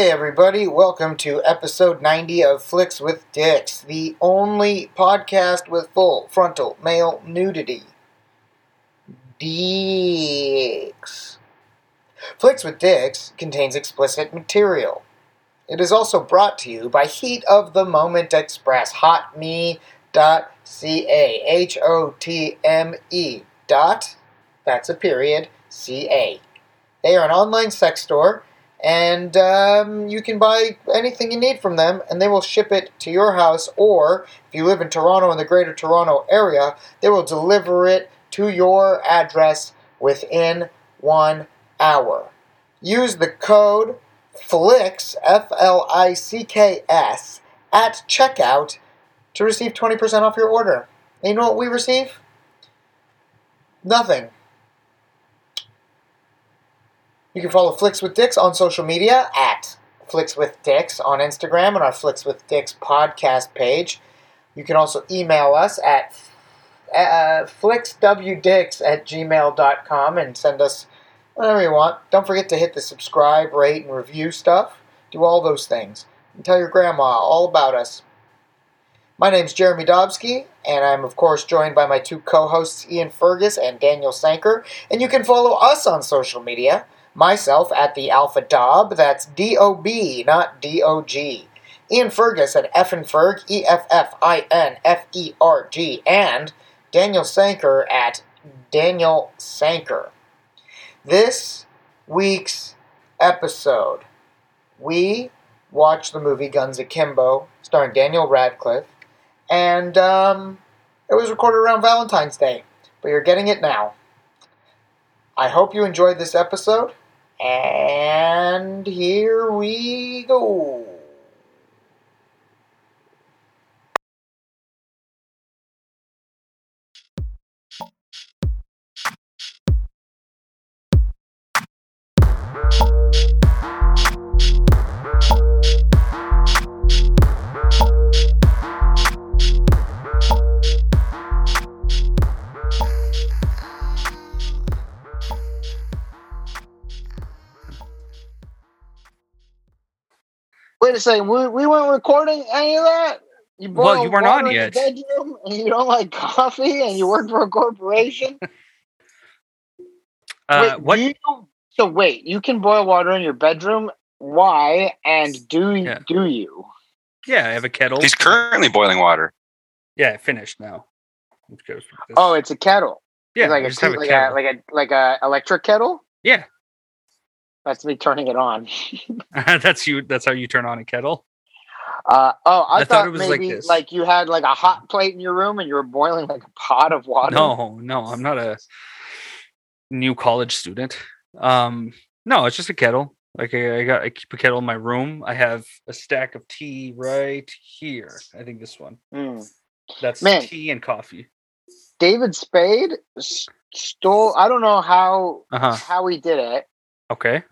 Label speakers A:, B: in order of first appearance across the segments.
A: everybody. Welcome to episode 90 of Flicks with Dicks, the only podcast with full frontal male nudity. Dicks. Flicks with Dicks contains explicit material. It is also brought to you by Heat of the Moment Express, hotme.ca, H O T M E dot, that's a period, C A. They are an online sex store, and um, you can buy anything you need from them, and they will ship it to your house. Or if you live in Toronto in the Greater Toronto area, they will deliver it to your address within one hour. Use the code FLICKS F L I C K S at checkout to receive twenty percent off your order. And you know what we receive? Nothing. You can follow Flicks with Dicks on social media at Flicks with Dicks on Instagram and our Flicks with Dicks podcast page. You can also email us at uh, flickswdicks at gmail.com and send us whatever you want. Don't forget to hit the subscribe, rate, and review stuff. Do all those things. And tell your grandma all about us. My name's Jeremy Dobsky, and I'm, of course, joined by my two co hosts, Ian Fergus and Daniel Sanker. And you can follow us on social media. Myself at the Alpha Dob, that's D O B, not D O G. Ian Fergus at Effenferg, E F F I N F E R G, and Daniel Sanker at Daniel Sanker. This week's episode, we watched the movie Guns Akimbo, starring Daniel Radcliffe, and um, it was recorded around Valentine's Day, but you're getting it now. I hope you enjoyed this episode, and here we go. Wait a second, we, we weren't recording any of that. You
B: Well,
A: boil
B: you weren't on
A: water in your
B: yet.
A: Bedroom and you don't like coffee, and you work for a corporation.
B: Uh,
A: Wait,
B: what?
A: do you- so wait, you can boil water in your bedroom. Why and do you
B: Yeah.
A: do you?
B: Yeah, I have a kettle.
C: He's currently boiling water.
B: Yeah, I finished now. Which goes with this.
A: Oh, it's a kettle.
B: yeah,
A: It's like
B: I
A: a,
B: just have
A: tea-
B: a
A: like
B: kettle.
A: a like a like a electric kettle.
B: Yeah.
A: That's me turning it on.
B: that's you. That's how you turn on a kettle.
A: Uh, oh, I,
B: I
A: thought,
B: thought it was like
A: maybe like,
B: this.
A: you had like a hot plate in your room and you were boiling like a pot of water.
B: No, no, I'm not a new college student. Um, no, it's just a kettle. Like I, I got, I keep a kettle in my room. I have a stack of tea right here. I think this one.
A: Mm.
B: That's
A: Man.
B: tea and coffee.
A: David Spade s- stole. I don't know how
B: Uh
C: Uh-huh.
B: huh.
A: how he did it.
B: Okay.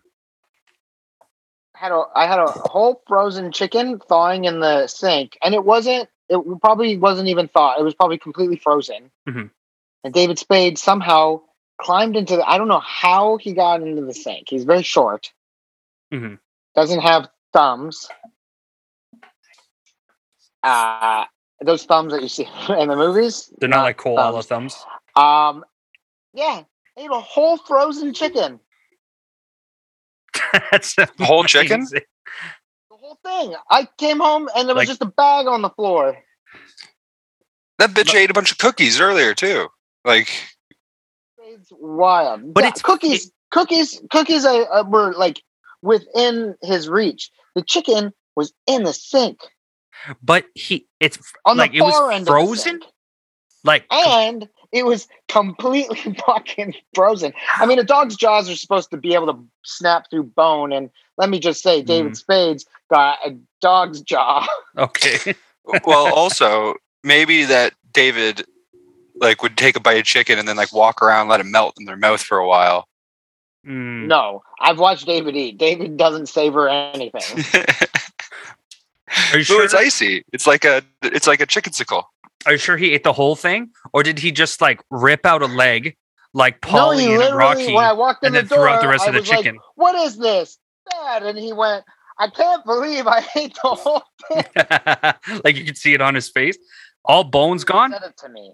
A: Had a I had a whole frozen chicken thawing in the sink, and it wasn't. It probably wasn't even thawed. It was probably completely frozen.
B: Mhm.
A: And David Spade somehow climbed into the. I don't know how he got into the sink. He's very short.
B: Mhm.
A: Doesn't have thumbs. Uh, those thumbs that you see in the movies.
B: They're not like koala
A: thumbs.
B: thumbs.
A: Um, yeah, ate a whole frozen chicken.
B: that's
C: The whole chicken?
B: amazing.
A: The whole thing. I came home and there was
B: Like-
A: just a bag on the floor.
C: That bitch
B: But-
C: ate a bunch of cookies earlier too. Like
A: It's wild.
B: But
A: Yeah,
B: it's-
A: cookies, cookies, cookies. I uh, were like within his reach. The chicken was in the sink
B: But he, it's
A: on
B: Like,
A: the
B: it was
A: far end
B: frozen?
A: of the sink,
B: like
A: and it was completely fucking frozen. I mean, a dog's jaws are supposed to be able to snap through bone, and let me just
B: Mm-hmm.
A: say, David Spade's got a dog's jaw.
B: okay.
C: well, also maybe that David like would take a bite of chicken and then like walk around, let it melt in their mouth for a while.
B: Mm.
A: No, I've watched David eat. David doesn't savor anything.
B: Are you
C: so
B: sure?
C: it's icy. It's like a it's like a chicken sickle.
B: Are you sure he ate the whole thing, or did he just like rip out a leg, like
A: no,
B: Polly
A: he
B: and
A: literally,
B: Rocky,
A: when I walked in
B: and
A: the
B: then
A: door,
B: throw out the rest
A: I
B: of the
A: was like,
B: chicken?
A: what is this? Dad. And he went, I can't believe I ate the whole
B: like you could see it on his face. All bones gone.
A: Said it to me.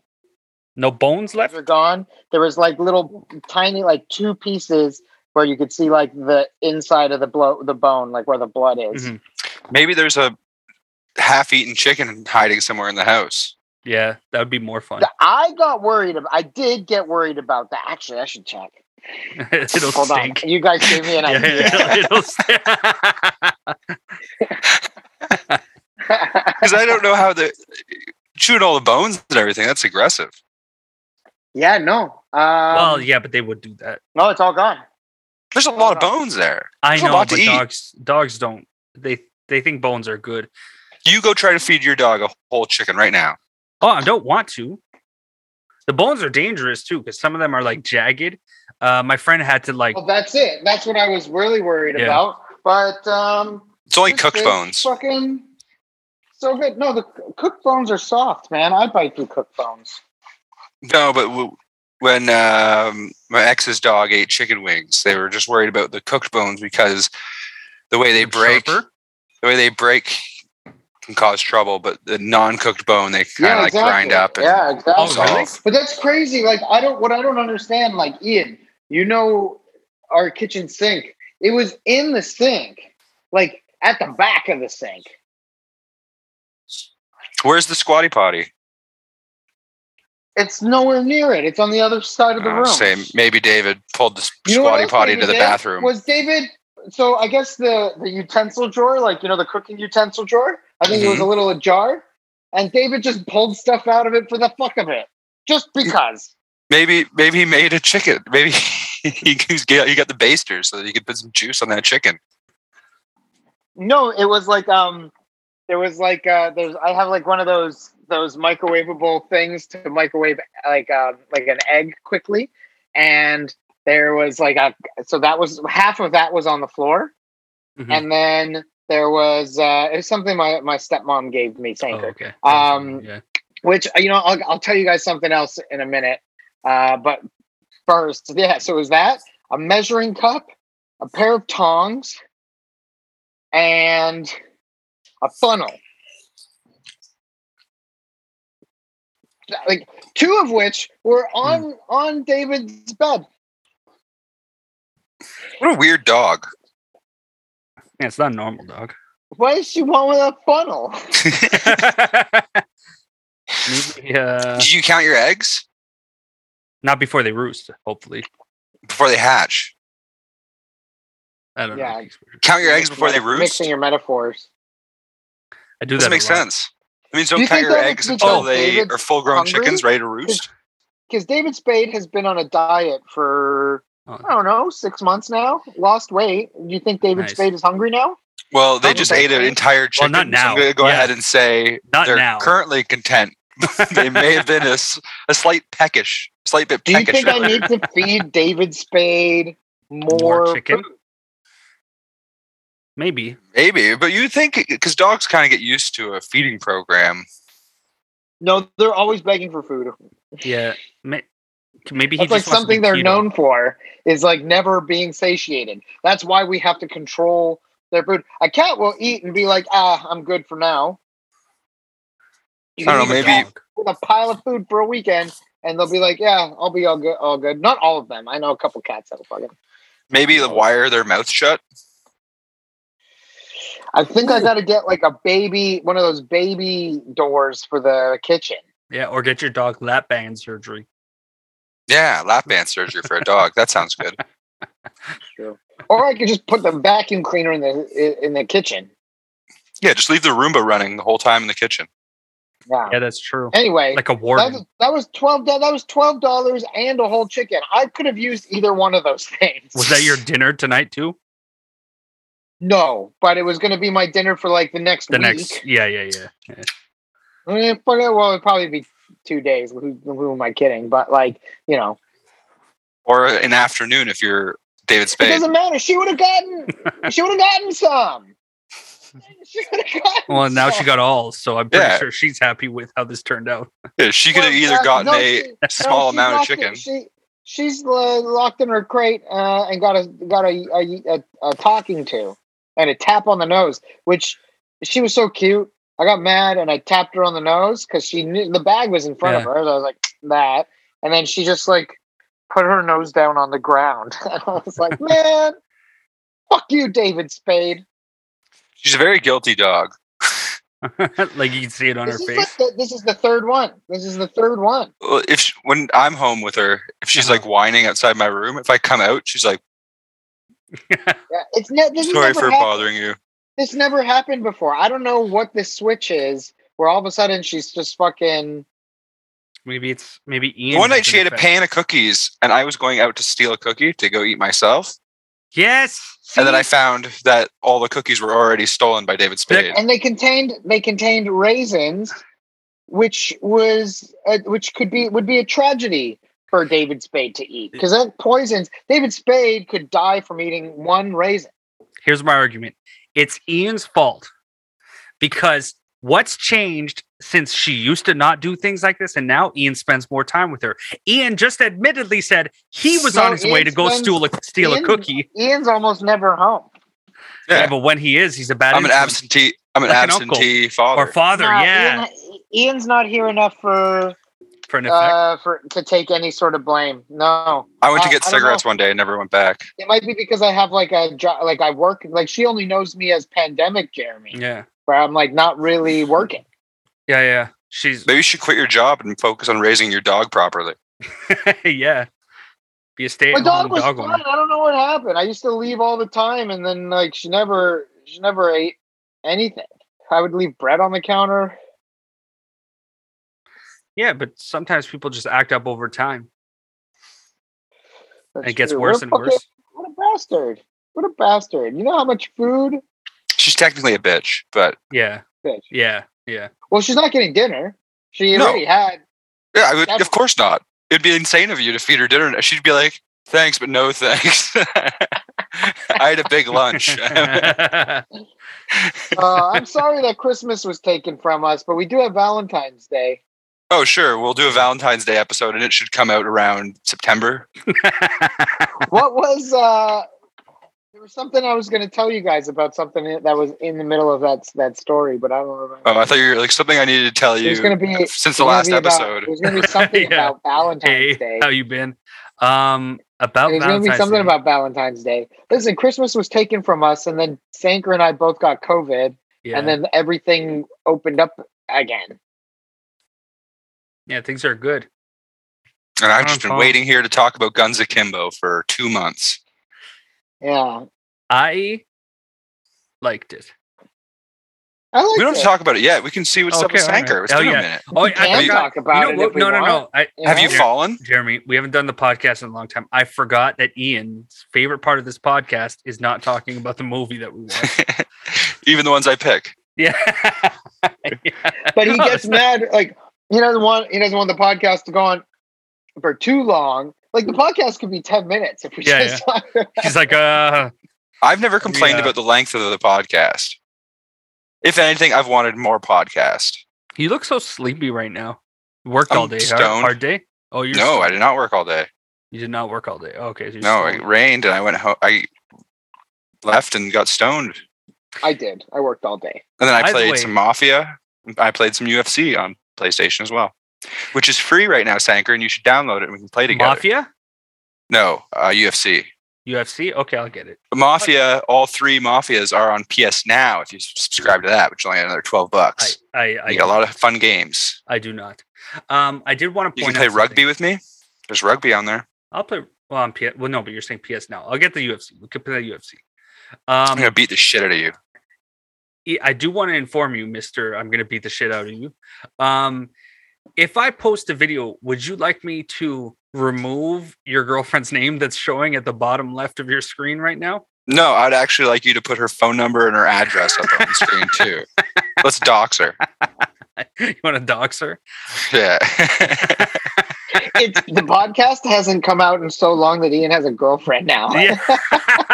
B: No bones left.
A: They're gone. There was like little tiny like two pieces where you could see like the inside of the blow the bone, like where the blood is.
B: Mhm.
C: Maybe there's a half-eaten chicken hiding somewhere in the house.
B: Yeah, that would be more fun.
A: The- I got worried about I did get worried about that. Actually, I should check.
B: It'll
A: Hold
B: stink.
A: on. You guys gave me an
B: Yeah,
A: idea.
B: it'll, it'll st-
C: Because I don't know how the chewing all the bones and everything. That's aggressive.
A: yeah, no. Um,
B: well, yeah, but they would do that.
A: No, it's all gone.
C: There's a lot of bones there.
B: I
C: There's a
B: know,
C: lot
B: but
C: to eat.
B: dogs dogs don't. They they think bones are good.
C: You go try to feed your dog a whole chicken right now.
B: Oh, I don't want to. The bones are dangerous too because some of them are like jagged. Uh, my friend had to like
A: Well, that's it. That's what I was really worried
B: Yeah.
A: about. But um,
C: It's only
A: this
C: cooked
A: is
C: bones.
A: Fucking so good. No, the c- cooked bones are soft, man. I bite through cooked bones.
C: No, but w- when um, my ex's dog ate chicken wings, they were just worried about the cooked bones because the way they break,
B: sharper.
C: the way they break can cause trouble. But the non-cooked bone, they kind of like grind up. And
A: yeah, exactly.
B: Oh, really?
C: solve.
A: But that's crazy. Like I don't. What I don't understand, like Ian, you know, our kitchen sink. It was in the sink, like at the back of the sink.
C: Where's the squatty potty?
A: It's nowhere near it. It's on the other side of the
C: I'll
A: room.
C: say maybe David pulled the s-
A: You know what
C: squatty
A: else
C: potty
A: David
C: to the
A: did?
C: bathroom.
A: Was David? So I guess the the utensil drawer, like you know, the cooking utensil drawer. I think it
C: Mm-hmm.
A: was a little ajar, and David just pulled stuff out of it for the fuck of it, just because.
C: Maybe maybe he made a chicken. Maybe he got, he got the baster so that he could put some juice on that chicken.
A: No, it was like um, there was like uh, there's I have like one of those those microwavable things to microwave like um like an egg quickly, and there was like a so that was half of that was on the floor,
B: Mhm.
A: and then there was uh it was something my my stepmom gave me
B: Oh,
A: thank her
B: okay.
A: Um,
B: yeah.
A: which you know I'll, I'll tell you guys something else in a minute uh, but first yeah so it was that a measuring cup a pair of tongs and a funnel like two of which were on on david's bed
C: What a weird dog.
B: yeah, it's not a normal dog.
A: why does she want with a funnel
B: Maybe, uh,
C: Did you count your eggs
B: not before they roost. Hopefully,
C: before they hatch?
B: I don't
A: Yeah.
B: know.
C: Count your eggs before they roost.
A: mixing your metaphors
B: I do that.
C: Doesn't
B: a
C: make
B: lot.
C: sense. I mean,
A: Do
C: don't
A: you
C: count
A: think
C: your
A: that
C: eggs
A: it's
C: until
A: because
C: they
A: David's
C: are full grown
A: hungry?
C: chickens ready to roost.
A: because David Spade has been on a diet for
B: Oh.
A: I don't know six months now. Lost weight. Do you think David
B: Nice.
A: Spade is hungry now?
C: Well, they
A: Probably
C: just ate an
A: right?
C: entire chicken.
B: not
C: so
B: now.
C: I'm going to go
B: Yeah.
C: ahead and say
B: Not
C: they're
B: now.
C: currently content. they may have been a, s- a slight peckish, slight bit
A: Do you
C: peckish.
A: think I
C: earlier.
A: need to feed David Spade more,
B: More chicken?
A: food?
B: Maybe.
C: Maybe, but you think because dogs kind of get used to a feeding program.
A: No, they're always begging for food.
B: Yeah. May- Maybe he
A: That's like
B: just wants to be
A: something they're
B: keto.
A: known for is like never being satiated. That's why we have to control their food. A cat will eat and be like, "Ah, I'm good for now." You
C: I don't
A: can
C: know,
A: leave a
C: maybe-
A: cat with a pile of food for a weekend, and they'll be like, "Yeah, I'll be all good, all good." Not all of them. I know a couple cats that'll fucking.
C: Maybe the wire their mouth shut.
A: I think I got to get like a baby, one of those baby doors for the kitchen.
B: Yeah, or get your dog lap band surgery.
C: Yeah, lap band surgery for a dog. That sounds good.
A: Or I could just put the vacuum cleaner in the in the kitchen.
C: Yeah, just leave the Roomba running the whole time in the kitchen.
A: Yeah.
B: Yeah, that's true.
A: Anyway,
B: Like a
A: that,
B: warden.
A: was- that was twelve. do- That was twelve dollars and a whole chicken. I could have used either one of those things.
B: Was that your dinner tonight too?
A: No, but it was going to be my dinner for like the next
B: The
A: week.
B: next. Yeah, yeah, yeah. yeah.
A: Eh, but, uh, well, it'd probably be two days. Who, who am I kidding? But like, you know,
C: Or an afternoon if you're David
A: it
C: Spade.
A: doesn't matter. She would have gotten. she would have gotten some. She would have gotten.
B: Well, now she
A: some.
B: got all, so I'm pretty
C: Yeah.
B: sure she's happy with how this turned out.
C: Yeah, she could have
A: Well,
C: either
A: uh,
C: gotten
A: no,
C: a
A: she-
C: small
A: she
C: amount of
A: locked it-
C: chicken.
A: She she's uh, locked in her crate uh, and got a got a, a, a, a talking to. and a tap on the nose, which she was so cute. I got mad and I tapped her on the nose because she knew the bag was in front of her. So I was like, that. And then she just like put her nose down on the ground. and I was like, man, fuck you, David Spade.
C: She's a very guilty dog.
B: like you can see it on
A: This
B: her
A: is,
B: face.
A: like the, this is the third one. This is the third one.
C: Well, if she, when I'm home with her, if she's
B: Uh-huh.
C: like whining outside my room, if I come out, she's like,
A: Yeah, it's ne- this has
C: "Sorry
A: never
C: for
A: happened.
C: bothering you."
A: This never happened before. I don't know what this switch is where all of a sudden she's just fucking.
B: Maybe it's maybe Ian.
C: One
B: has
C: night she
B: an
C: had a
B: effect.
C: pan of cookies, and I was going out to steal a cookie to go eat myself,
B: Yes.
C: and then I
B: see?
C: found that all the cookies were already stolen by David Spade.
A: and they contained they contained raisins, which was uh, which could be would be a tragedy for David Spade to eat because that poisons. David Spade could die from eating one raisin.
B: here's my argument it's ian's fault because what's changed since she used to not do things like this and now ian spends more time with her ian just admittedly said he was
A: No,
B: on his way
A: Ian
B: to go
A: spends-
B: steal a, steal
A: Ian-
B: a cookie
A: Ian's almost never home.
B: yeah.
C: Yeah.
B: but when he is he's a bad
C: I'm an
B: influence.
C: absentee. I'm an
B: Like an uncle.
C: absentee
B: or
C: father.
B: father
A: No,
B: yeah
A: Ian- Ian's not here enough for
B: for an effect
A: uh, for to take any sort of blame. No,
C: I went to
A: I-
C: get
A: I don't
C: cigarettes
A: know.
C: one day and never went back.
A: it might be because I have like a job, like I work. Like she only knows me as pandemic Jeremy,
B: yeah
A: where I'm like not really working.
B: yeah yeah she's
C: Maybe you should quit your job and focus on raising your dog properly.
B: yeah be a
A: My
B: stay-at-home
A: dog
B: dog,
A: was fun.
B: owner.
A: I don't know what happened. I used to leave all the time, and then like she never, she never ate anything. I would leave bread on the counter.
B: yeah but sometimes people just act up over time
A: That's
B: and it gets
A: true.
B: worse
A: What a
B: and
A: fucking-
B: worse
A: What a bastard! What a bastard! You know how much food?
C: She's technically a bitch, but
B: yeah
A: Bitch.
B: yeah yeah
A: Well, she's not getting dinner. She
C: No.
A: already had.
C: yeah, I would,
A: That's-
C: of course not. It'd be insane of you to feed her dinner. and She'd be like, "Thanks, but no thanks." I had a big lunch.
A: Uh, I'm sorry that Christmas was taken from us, but we do have Valentine's Day.
C: oh, sure, we'll do a Valentine's Day episode, and it should come out around September.
A: What was? uh There was something I was going to tell you guys about something that was in the middle of that that story, but I don't remember.
C: Oh, I thought you were like something I needed to tell
A: it
C: you
A: was going to be
C: since the
A: There's
C: last
A: gonna be about-
C: episode.
A: there's going to be something
B: Yeah.
A: about Valentine's Day.
B: how you been? Um, about
A: There's going
B: Valentine's
A: to be something
B: Day.
A: about Valentine's Day. Listen, Christmas was taken from us, and then Sanker and I both got COVID,
B: yeah.
A: and then everything opened up again.
B: yeah, things are good.
C: and I've just been
B: Paul.
C: waiting here to talk about Guns Akimbo for two months.
A: Yeah,
B: I liked it.
A: I like.
C: We don't
A: it.
C: have to talk about it yet. We can see what's up
B: Okay,
C: with
B: all right.
C: Sanker. It's
B: Oh,
C: been
B: yeah.
C: a minute.
B: Oh,
A: We can
B: I forgot.
A: talk about
B: you
A: it
B: know,
A: if we
B: no, no,
A: want.
B: no. I,
C: Have you
B: Yeah.
C: fallen?
B: Jeremy, we haven't done the podcast in a long time. I forgot that Ian's favorite part of this podcast is not talking about the movie that we watched.
C: Even the ones I pick.
B: yeah.
A: But he
B: No,
A: gets
B: it's not-
A: mad. Like he doesn't want. He doesn't want the podcast to go on for too long. Like the podcast could be ten minutes if we
B: Yeah,
A: just. talk
B: He's like, uh,
C: I've never complained
B: Yeah.
C: about the length of the podcast. If anything, I've wanted more podcast.
B: you look so sleepy right now. You Worked
C: I'm
B: all day. huh?
C: stoned.
B: Hard day? Oh, you're
C: no,
B: stoned.
C: I did not work all day.
B: You did not work all day. Oh, okay. so you're
C: No,
B: stoned.
C: it rained and I went home. I left and got stoned.
A: I did. I worked all day.
C: And then I
B: By the
C: played
B: way-
C: some Mafia. I played some UFC on PlayStation as well, which is free right now, Sanker, and you should download it and we can play together.
B: Mafia?
C: No, uh, UFC.
B: UFC? Okay, I'll get it.
C: But Mafia, all three Mafias are on PS Now if you subscribe to that, which is only another 12
B: I
C: bucks.
B: I
C: you got a
B: I,
C: lot of fun games.
B: I do not. Um, I did want to
C: You
B: point
C: can play
B: out something.
C: rugby with me. There's rugby on there.
B: I'll play well on PS. Well, no, but you're saying PS now. I'll get the UFC. We could play the UFC.
C: I'm going
B: Um,
C: to beat the shit out of you.
B: I- I do want to inform you, Mister. I'm gonna beat the shit out of you. Um, if I post a video, would you like me to remove your girlfriend's name that's showing at the bottom left of your screen right now?
C: No, I'd actually like you to put her phone number and her address up on the screen too. Let's dox her.
B: you want to dox her?
C: Yeah.
A: It's the podcast hasn't come out in so long that Ian has a girlfriend now.
B: Yeah.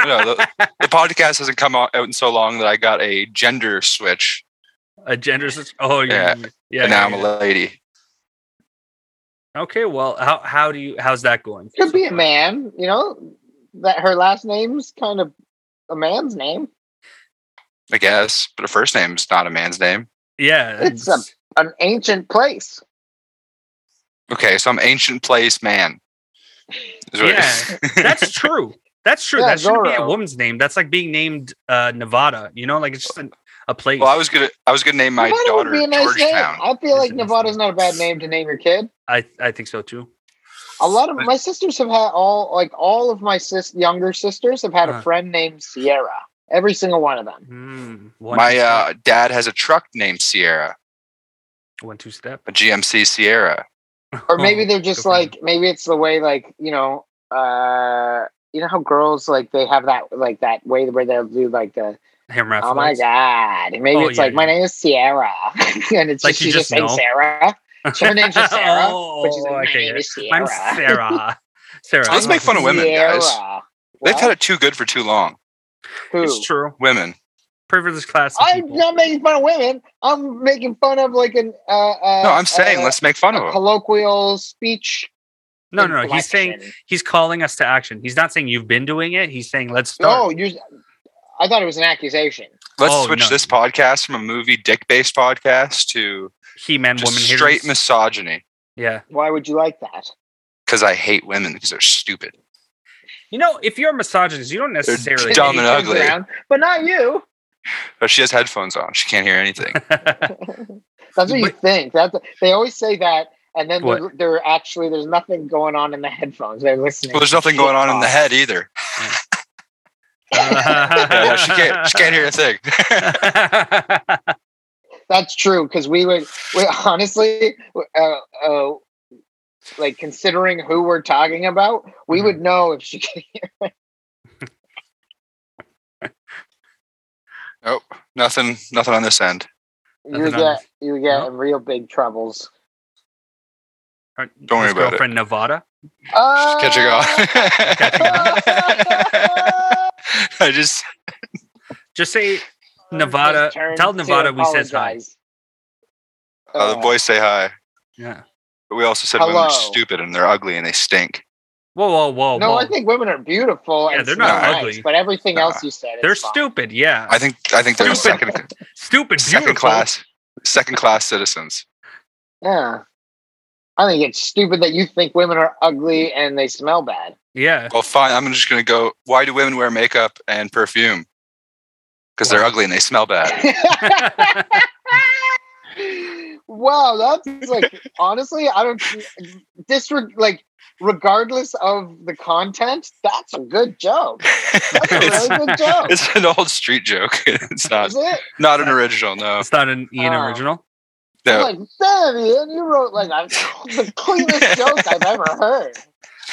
C: no, the, the podcast hasn't come out out in so long that I got a gender switch
B: a gender. sus- Oh, yeah. Yeah. yeah,
C: and now I'm
B: yeah.
C: a lady.
B: Okay, well, how how do you how's that going?
A: could be a
B: So
A: man, you know. That her last name's kind of a man's name.
C: I guess. But her first name's not a man's name.
B: Yeah,
A: It's a- An ancient place.
C: Okay, some ancient place man. Is what it is.
B: that's true. That's true.
A: Yeah,
B: that shouldn't be a
A: Zorro.
B: woman's name. That's like being named uh, Nevada. You know, like it's just a, a place.
C: well, I was gonna I was gonna name my
A: Nevada
C: daughter
A: would be a nice name.
C: Georgetown.
A: I feel
B: That's
A: like
B: a nice
A: Nevada's
B: name.
A: not a bad name to name your kid.
B: I I think so too.
A: A lot of my sisters have had all like all of my sis- younger sisters have had
B: Uh-huh.
A: a friend named Sierra. Every single one of them.
B: Mm, one,
C: My
B: two
C: uh, dad has a truck named Sierra,
B: step, one two step,
C: a GMC Sierra.
A: Or maybe they're
B: Oh, good
A: just
B: for
A: like maybe it's the way like, you know, uh you know how girls like they have that like that way where they'll do like the
B: Hammer
A: oh my god. And Maybe
B: Oh,
A: it's
B: yeah,
A: like my
B: yeah.
A: name is Sierra. and it's
B: Like
A: just
B: you
A: she's just
B: just
A: saying
B: know.
A: Sarah. Her name's just Sarah. but she's
B: oh,
A: like, my
B: okay.
A: name is
B: I'm
A: Sierra.
B: Sarah. Sarah.
C: So let's
B: I'm
C: make fun of women, guys.
A: Sierra.
C: They've had
A: What?
C: it too good for too long.
A: Who?
B: It's true.
C: Women.
B: Privileged class. Of
A: I'm
B: people.
A: not making fun of women. I'm making fun of like an uh, uh
C: No, I'm saying
A: uh,
C: let's make fun of
A: a
C: them.
A: colloquial speech.
B: no, no, no. He's saying
A: inflection.
B: he's calling us to action. He's not saying you've been doing it. He's saying let's
A: no.
B: start.
A: Oh, You, I thought it was an accusation.
C: Let's
B: Oh,
C: switch
B: no.
C: this podcast from a movie dick based podcast to
B: He-Man,
C: just
B: woman,
C: straight
B: haters.
C: misogyny
B: Yeah.
A: Why would you like that?
C: because I hate women because they're stupid.
B: You know, if you're a misogynist, you don't necessarily.
C: dumb
A: He
C: and
A: turns
C: ugly.
A: around, but not you.
C: But she has headphones on; she can't hear anything.
A: That's what you
B: But-
A: think. That's they always say that, and then they're, they're actually there's nothing going on in the headphones. They're listening.
C: well, there's nothing going on in the head either. Yeah, yeah, she can't. She can't hear a thing. e-
A: That's true because we would. We honestly, uh, uh, like considering who we're talking about, we
B: Mhm.
C: Mm-hmm.
A: would know if she could
C: nope, nothing. Nothing on this end.
A: you would
B: Nothing on
A: get you would get
B: Nope.
A: in real big troubles.
C: Don't worry
B: His
C: about it.
B: girlfriend Nevada.
C: Just catching on.
A: Uh,
B: catching
C: I just
B: Just say Nevada-
A: Turn
B: tell
A: to
B: Nevada we says hi.
A: apologize.
C: uh, the boys say hi,
B: yeah.
C: but we also said women are
A: Oh. hello.
C: stupid and they're ugly and they stink.
B: Whoa, whoa, whoa,
A: no,
B: whoa.
A: I think women are beautiful.
B: Oh, Yeah,
A: and
B: they're
C: not
A: smell nice,
B: ugly.
A: but everything
C: Nah.
A: else you said, is
B: They're
A: fine.
B: stupid. Yeah.
C: I think. I think they're
B: Stupid.
C: second
B: stupid.
C: second
B: beautiful.
C: class second class citizens.
A: Yeah, I think it's stupid that you think women are ugly and they smell bad.
B: Yeah.
C: Well, fine. I'm just going to go. Why do women wear makeup and perfume? Because they're
B: Why?
C: ugly and they smell bad.
A: wow, that's like honestly, I don't disre like regardless of the content, that's a good joke. That's a
C: it's,
A: really good joke.
C: it's an old street joke. It's not
A: Is it?
C: not an original. No,
B: it's not an Ian
A: Oh.
B: original.
A: I'm
C: no.
A: like, damn, Ian, you wrote like a, the cleanest joke I've ever heard.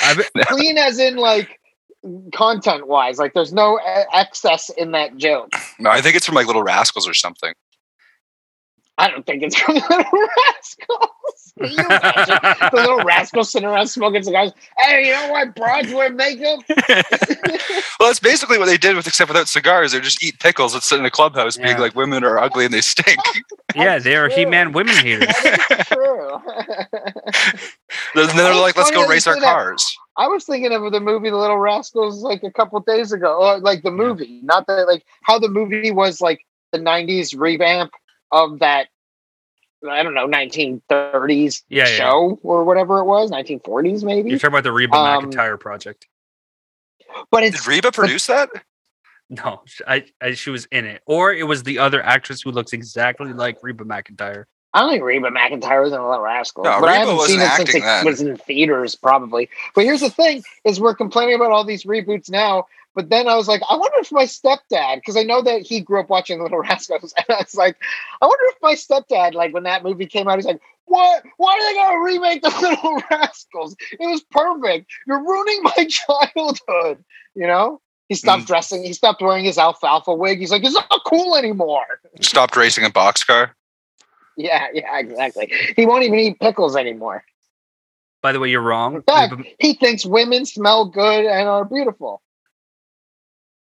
B: I bet-
A: Clean as in like content wise, like there's no e- excess in that joke.
C: no. I think it's from like Little Rascals or something.
A: I don't think it's from Little Rascals. Can you imagine the Little Rascals sitting around smoking cigars. Hey, you know what? Broads wear makeup.
C: Well, that's basically what they did with except without cigars. They just eat pickles and sit in a clubhouse, being
B: Yeah.
C: like, "Women are ugly and they stink."
B: yeah, they are
A: true.
B: He-Man women haters.
A: That's true.
C: then they're
A: It's
C: like, "Let's
A: funny
C: go
A: that you
C: race our
A: say that.
C: cars."
A: I was thinking of the movie The Little Rascals like a couple days ago, or like the movie, not the like how the movie was like the '90s revamp of that. I don't know, 1930s
B: Yeah, yeah.
A: show or whatever it was, 1940s maybe.
B: You're talking about the Reba
A: Um,
B: McIntyre project.
A: but
C: Did
A: it's
C: Reba produce that?
B: No, sh- I, I she was in it, or it was the other actress who looks exactly like Reba McIntyre.
A: I don't think Reba McIntyre was in Little Rascals,
C: No,
A: but I
C: Reba
A: haven't
C: wasn't
A: seen it since
C: acting
A: it
C: then.
A: was in theaters, probably. But here's the thing: is we're complaining about all these reboots now. But then I was like, I wonder if my stepdad, because I know that he grew up watching Little Rascals, and I was like, I wonder if my stepdad, like when that movie came out, he's like, "What? Why are they gonna remake the Little Rascals? It was perfect. You're ruining my childhood." You know, he
C: Mm.
A: stopped dressing. He stopped wearing his alfalfa wig. He's like, "It's not cool anymore."
C: Stopped racing a boxcar.
A: Yeah, yeah, exactly. He won't even eat pickles anymore.
B: By the way, you're wrong.
A: In fact,
B: Reba,
A: he thinks women smell good and are beautiful.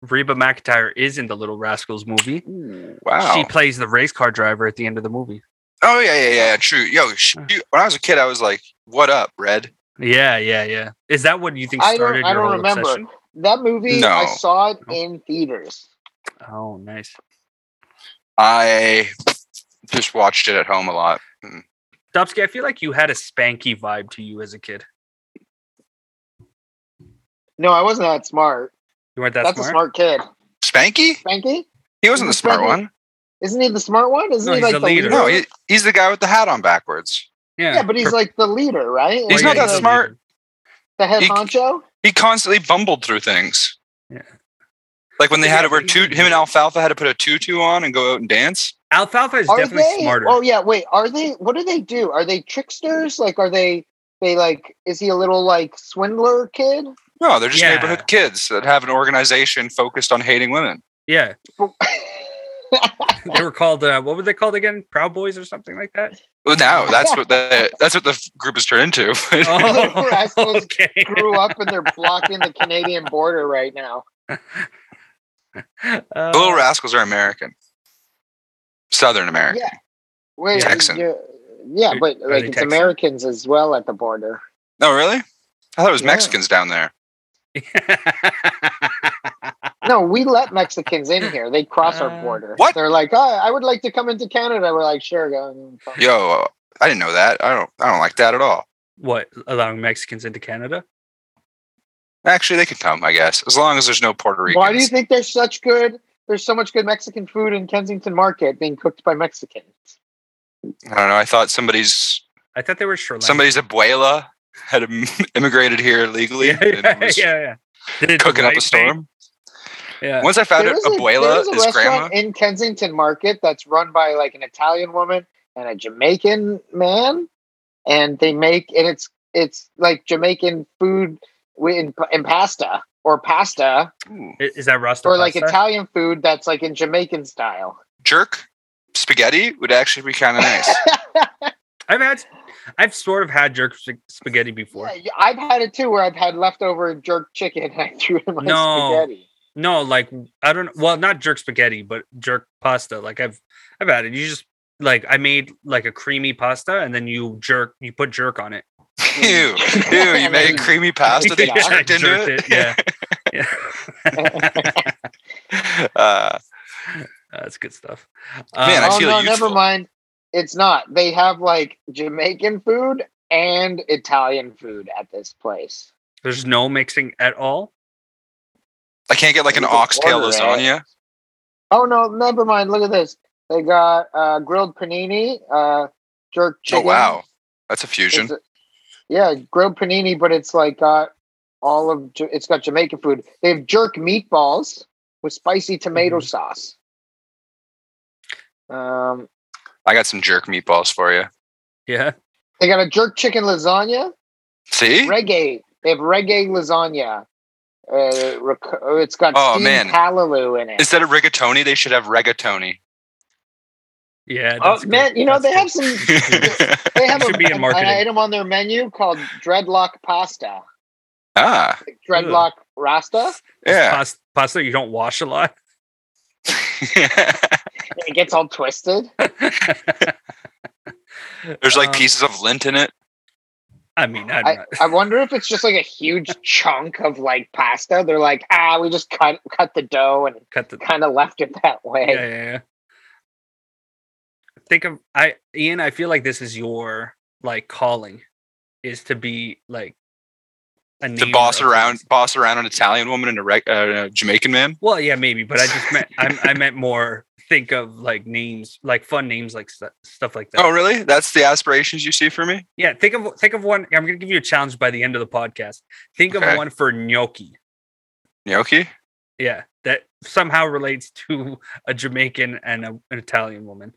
B: Reba McIntyre is in the Little Rascals movie.
C: Wow.
B: She plays the race car driver at the end of the movie.
C: oh yeah, yeah, yeah. True. Yo, she, when I was a kid, I was like, "What up, Red?"
B: Yeah, yeah, yeah. Is that what you think
A: I don't-
B: started
A: I
B: your
A: don't
B: whole
A: remember.
B: obsession?
A: That movie,
C: No.
A: I saw it in theaters.
B: Oh, nice.
C: I just watched it at home a lot.
B: Dubsky, I feel like you had a spanky vibe to you as a kid.
A: No, I wasn't that smart.
B: You weren't that
A: That's
B: smart.
A: a smart kid.
C: Spanky?
A: Spanky?
C: He wasn't the smart one.
A: Isn't he the smart one? Isn't
B: No,
A: he
B: he's
A: like
B: the
A: the
B: leader.
A: leader?
C: No, he, he's the guy with the hat on backwards.
B: yeah.
A: yeah, but he's
B: per-
A: like the leader, right?
B: Well,
C: He's not
B: yeah,
C: that
A: the,
B: he's
C: smart.
A: The head
C: He-
A: honcho.
C: He constantly bumbled through things.
B: Yeah.
C: Like when they
B: Yeah,
C: had to
B: but
C: wear
B: he's
C: two,
B: the
C: him and
B: leader.
C: Alfalfa had to put a tutu on and go out and dance.
B: Alfalfa is
A: Are
B: definitely
A: they?
B: smarter.
A: Oh yeah. Wait. Are they? What do they do? Are they tricksters? Like, are they? They like? Is he a little like swindler kid?
C: No, they're just
B: Yeah.
C: neighborhood kids that have an organization focused on hating women.
B: yeah,
A: But-
B: they were called uh, what were they called again? Proud Boys or something like that.
C: Well, now that's what the that's what the f- group has turned into.
B: Oh,
A: rascals
B: okay.
A: Grew up and they're blocking the Canadian border right now.
C: the Little
B: Uh,
C: Rascals are American, Southern American.
A: Yeah. Wait.
C: Texan.
A: you- Yeah, but
B: Are
A: like
B: they
A: it's
B: Texan?
A: Americans as well at the border.
C: Oh, really? I thought it was
A: Yeah.
C: Mexicans down there.
A: No, we let Mexicans in here. They cross our
B: Uh,
A: border.
C: what?
A: They're like, oh, I would like to come into Canada. We're like, sure, go. and come."
C: Yo, I didn't know that. I don't. I don't like that at all.
B: what allowing Mexicans into Canada?
C: Actually, they could come, I guess, as long as there's no Puerto Ricans.
A: Why do you think there's such good? There's so much good Mexican food in Kensington Market being cooked by Mexicans.
C: I don't know. I thought somebody's
B: I thought they were Sri Lankan.
C: somebody's abuela had im- immigrated here illegally
B: yeah, yeah,
C: and was
B: yeah, yeah. Did
C: cooking
B: the
C: up
B: right
C: a
B: thing.
C: storm.
B: Yeah.
C: Once I found out
A: uh, There is a- there
C: abuela
A: is a
C: is grandma,
A: restaurant in Kensington Market that's run by like an Italian woman and a Jamaican man, and they make and it's it's like Jamaican food wi- in, in pasta or pasta
C: Ooh.
B: I- Is that Rasta
A: or like
B: pasta?
A: Italian food that's like in Jamaican style.
C: jerk spaghetti would actually be kind of nice.
B: I've had, I've sort of had jerk sp- spaghetti before.
A: Yeah, yeah, I've had it too, where I've had leftover jerk chicken and I threw it in my
B: No.
A: spaghetti.
B: No, like I don't. Well, not jerk spaghetti, but jerk pasta. Like I've, I've had it. You just like I made like a creamy pasta, and then you jerk, you put jerk on it.
C: Ew, ew! You made creamy pasta. They
A: Yeah,
B: I
C: jerked into
B: jerked
C: it.
B: Yeah, yeah.
C: Uh,
B: That's good stuff. Um,
C: Man, I
A: oh
C: feel
A: no,
C: youthful.
A: never mind. It's not. They have like Jamaican food and Italian food at this place.
B: there's no mixing at all.
C: I can't get like an
A: You can
C: oxtail
A: order it.
C: lasagna.
A: Oh no, never mind. Look at this. They got uh, grilled panini, uh, jerk
C: Oh
A: chicken.
C: wow, that's a fusion.
A: It's a- yeah, grilled panini, but it's like got all of Ja- it's got Jamaican food. They have jerk meatballs with spicy tomato
C: Mm-hmm.
B: Mhm.
A: sauce. Um,
C: I got some jerk meatballs for you.
B: Yeah.
A: they got a jerk chicken lasagna,
C: See?
A: reggae. They have reggae lasagna. Uh, rec- uh, it's got
C: Oh,
A: steamed
C: man.
A: callaloo in it.
C: Instead of rigatoni, they should have regatoni.
B: Yeah.
A: oh
B: that's good.
A: man, you know
B: That's
A: they
B: good.
A: have some. They have
B: should
A: a,
B: be in
A: an
B: marketing.
A: item on their menu called dreadlock pasta.
C: ah,
A: Like dreadlock rasta.
C: yeah.
B: Pasta, pasta you don't wash a lot.
A: It gets all twisted.
C: There's like
B: Um,
C: pieces of lint in it.
B: I mean, I'm
A: I,
B: not.
A: I wonder if it's just like a huge chunk of like pasta. They're like, ah, we just cut cut the dough and
B: cut the.
A: kind of left it that way.
B: Yeah, yeah, yeah. Think of I, Ian. I feel like this is your like calling, is to be like a
C: To
B: name
C: boss
B: reference.
C: around, boss around an Italian woman and a, reg- uh, a Jamaican man.
B: Well, yeah, maybe, but I just meant I, I meant more. Think of like names, like fun names, like stu- stuff like that.
C: Oh, really? That's the aspirations you see for me?
B: Yeah, think of think of one. I'm gonna give you a challenge by the end of the podcast. Think
C: Okay.
B: of one for gnocchi.
C: Gnocchi?
B: Yeah, that somehow relates to a Jamaican and a, an Italian woman.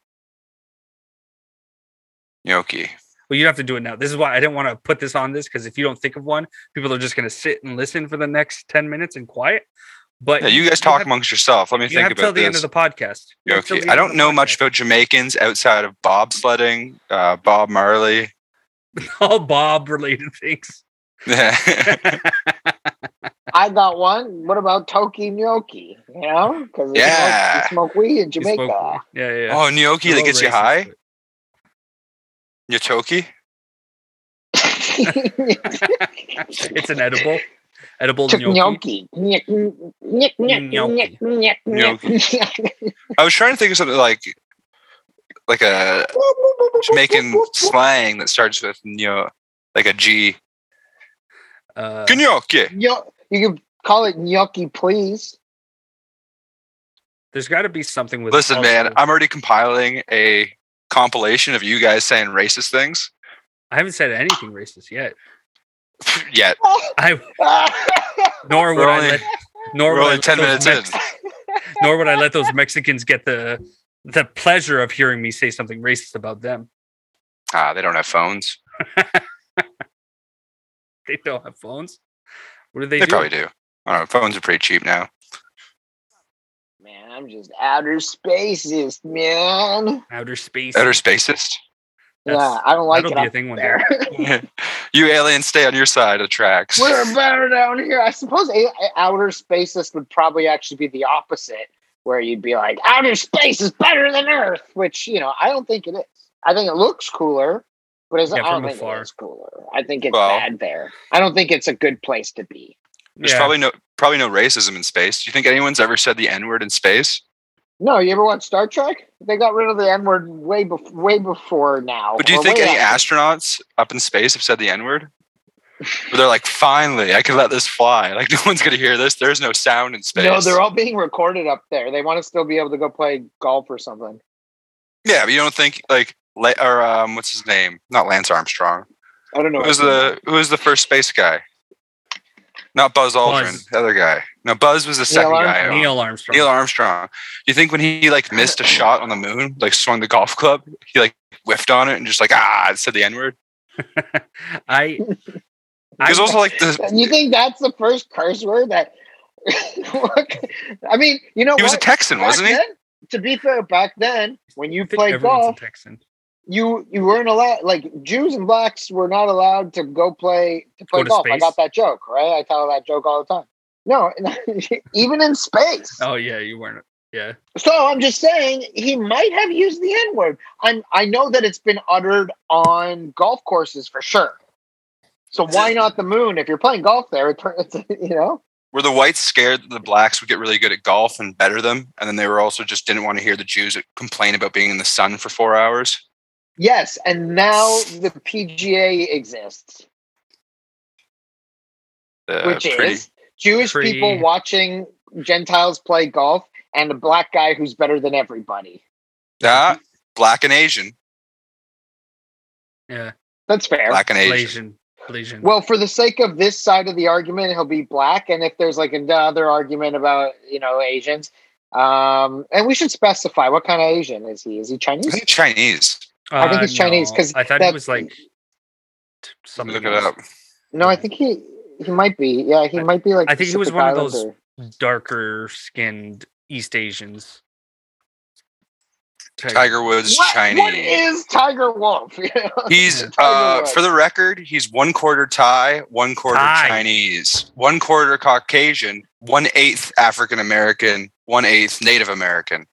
C: Gnocchi.
B: Well, you have to do it now. This is why I didn't want to put this on this because if you don't think of one, people are just gonna sit and listen for the next ten minutes in quiet. But
C: Yeah, you guys talk
B: have-
C: amongst yourself. Let me
B: you
C: think
B: have till
C: about
B: the end
C: this.
B: of the podcast. You have till
C: Gnocchi.
B: the end
C: I
B: of
C: don't
B: the
C: know much
B: podcast.
C: about Jamaicans outside of bobsledding, uh, Bob Marley.
B: all Bob related things.
C: yeah,
A: I got one. What about Toki Gnocchi? You know, because
C: Yeah.
A: you smoke weed in
B: You smoke
A: Jamaica.
B: weed. Yeah, yeah. yeah.
C: Oh, gnocchi
B: You're
C: that
B: all
C: gets you
B: racist,
C: high?
B: but-
C: Gnocchi?
B: It's an edible. edible
A: Took
B: gnocchi.
A: gnocchi. Gnoc- gnoc- gnoc- gnoc-
B: Gnocchi.
A: gnoc- gnoc-
C: I was trying to think of something like like a Jamaican slang that starts with you know like a G.
B: Uh,
C: Gnocchi.
A: Gno- You could call it gnocchi, please.
B: there's got to be something with.
C: Listen, man,
B: I,
C: I'm already compiling a compilation of you guys saying racist things
B: I haven't said anything racist yet.
C: yet.
B: I nor would
C: We're
B: I
C: only-
B: let nor would
C: We're
B: I
C: only
B: let
C: ten
B: those
C: minutes in.
B: Mex- nor would I let those Mexicans get the the pleasure of hearing me say something racist about them.
C: Ah, they don't have phones.
B: They don't have phones. What do
C: They,
B: they, do?
C: probably do. I don't know. Phones are pretty cheap now.
A: Man, I'm just outer spaces, man.
B: Outer space.
C: Better spacist.
A: yeah,
B: That's-
A: I don't like
B: That'll
A: it
B: be a
A: up
B: thing one day.
A: there.
C: you aliens stay on your side of the tracks.
A: We're better down here. I suppose a- a- outer spaces would probably actually be the opposite, where you'd be like, outer space is better than Earth, which you know I don't think it is. I think it looks cooler, but it's,
B: Yeah,
A: I don't
B: from
A: think
B: afar.
A: it's cooler. I think it's
C: Well-
A: bad there. I don't think it's a good place to be.
C: There's
B: Yeah.
C: probably no probably no racism in space. Do you think anyone's ever said the N word in space?
A: No, you ever watch Star Trek? They got rid of the N word way bef- way before now.
C: But do you
A: or
C: think
A: way
C: any
A: after.
C: astronauts up in space have said the N word? They're like, finally, I can let this fly. Like no one's gonna hear this. There's no sound in space.
A: No, they're all being recorded up there. They want to still be able to go play golf or something.
C: yeah, but you don't think like La- or um, what's his name? Not Lance Armstrong.
A: I don't know.
C: Who was the who was the first space guy? Not Buzz Aldrin,
B: Buzz.
C: the other guy. No, Buzz was the second guy.
A: Armstrong.
B: Neil Armstrong.
C: Neil Armstrong. Do you think when he like missed a shot on the moon, like swung the golf club, he like whiffed on it and just like ah, it said the n word?
B: I.
C: He was
B: I-
C: also like the
A: You think that's the first curse word that? I mean, you know
C: he was a
A: what?
C: Texan,
A: Back
C: wasn't he?
A: then- to be fair, back then when you
B: I think
A: played
B: everyone's
A: golf,
B: a Texan.
A: you you weren't allowed. Like Jews and blacks were not allowed to go play to play
B: to
A: golf. I
B: space?
A: got that joke, right? I tell that joke all the time. No, even in space.
B: Oh yeah, you weren't. Yeah,
A: So I'm just saying he might have used the N word. I'm I know that it's been uttered on golf courses for sure. So why not the moon? If you're playing golf there, it, it's, you know.
C: Were the whites scared that the blacks would get really good at golf and better them, and then they were also just didn't want to hear the Jews complain about being in the sun for four hours?
A: Yes, and now the PGA exists,
C: Uh,
A: which
C: pretty-
A: is Jewish
B: pretty-
A: people watching Gentiles play golf and a black guy who's better than everybody.
C: Ah, black and Asian,
B: yeah.
A: That's fair.
C: black and Asian.
B: Blasian. Blasian.
A: Well, for the sake of this side of the argument, he'll be black. And if there's like another argument about, you know, Asians, um, and we should specify what kind of Asian is he? Is he
C: I
A: Chinese?
C: think Chinese.
A: I think he's Chinese,
B: Uh, no,
A: 'cause
B: I thought
A: that-
B: he was like t-
C: Let me
B: something.
C: look it
B: else.
C: up.
A: No, I think he he might be. Yeah, he
B: I-
A: might be like.
B: I think he was
A: Pacific
B: one of those-
A: Islander.
B: Darker skinned East Asians. Tiger.
C: Tiger Woods,
A: What,
C: Chinese.
A: what is Tiger Wolf? You know?
C: He's
B: Yeah.
A: Tiger
C: uh,
A: Woods.
C: for the record, he's one quarter Thai, one quarter
B: Thai.
C: Chinese, one quarter Caucasian, one eighth African American, one eighth Native American.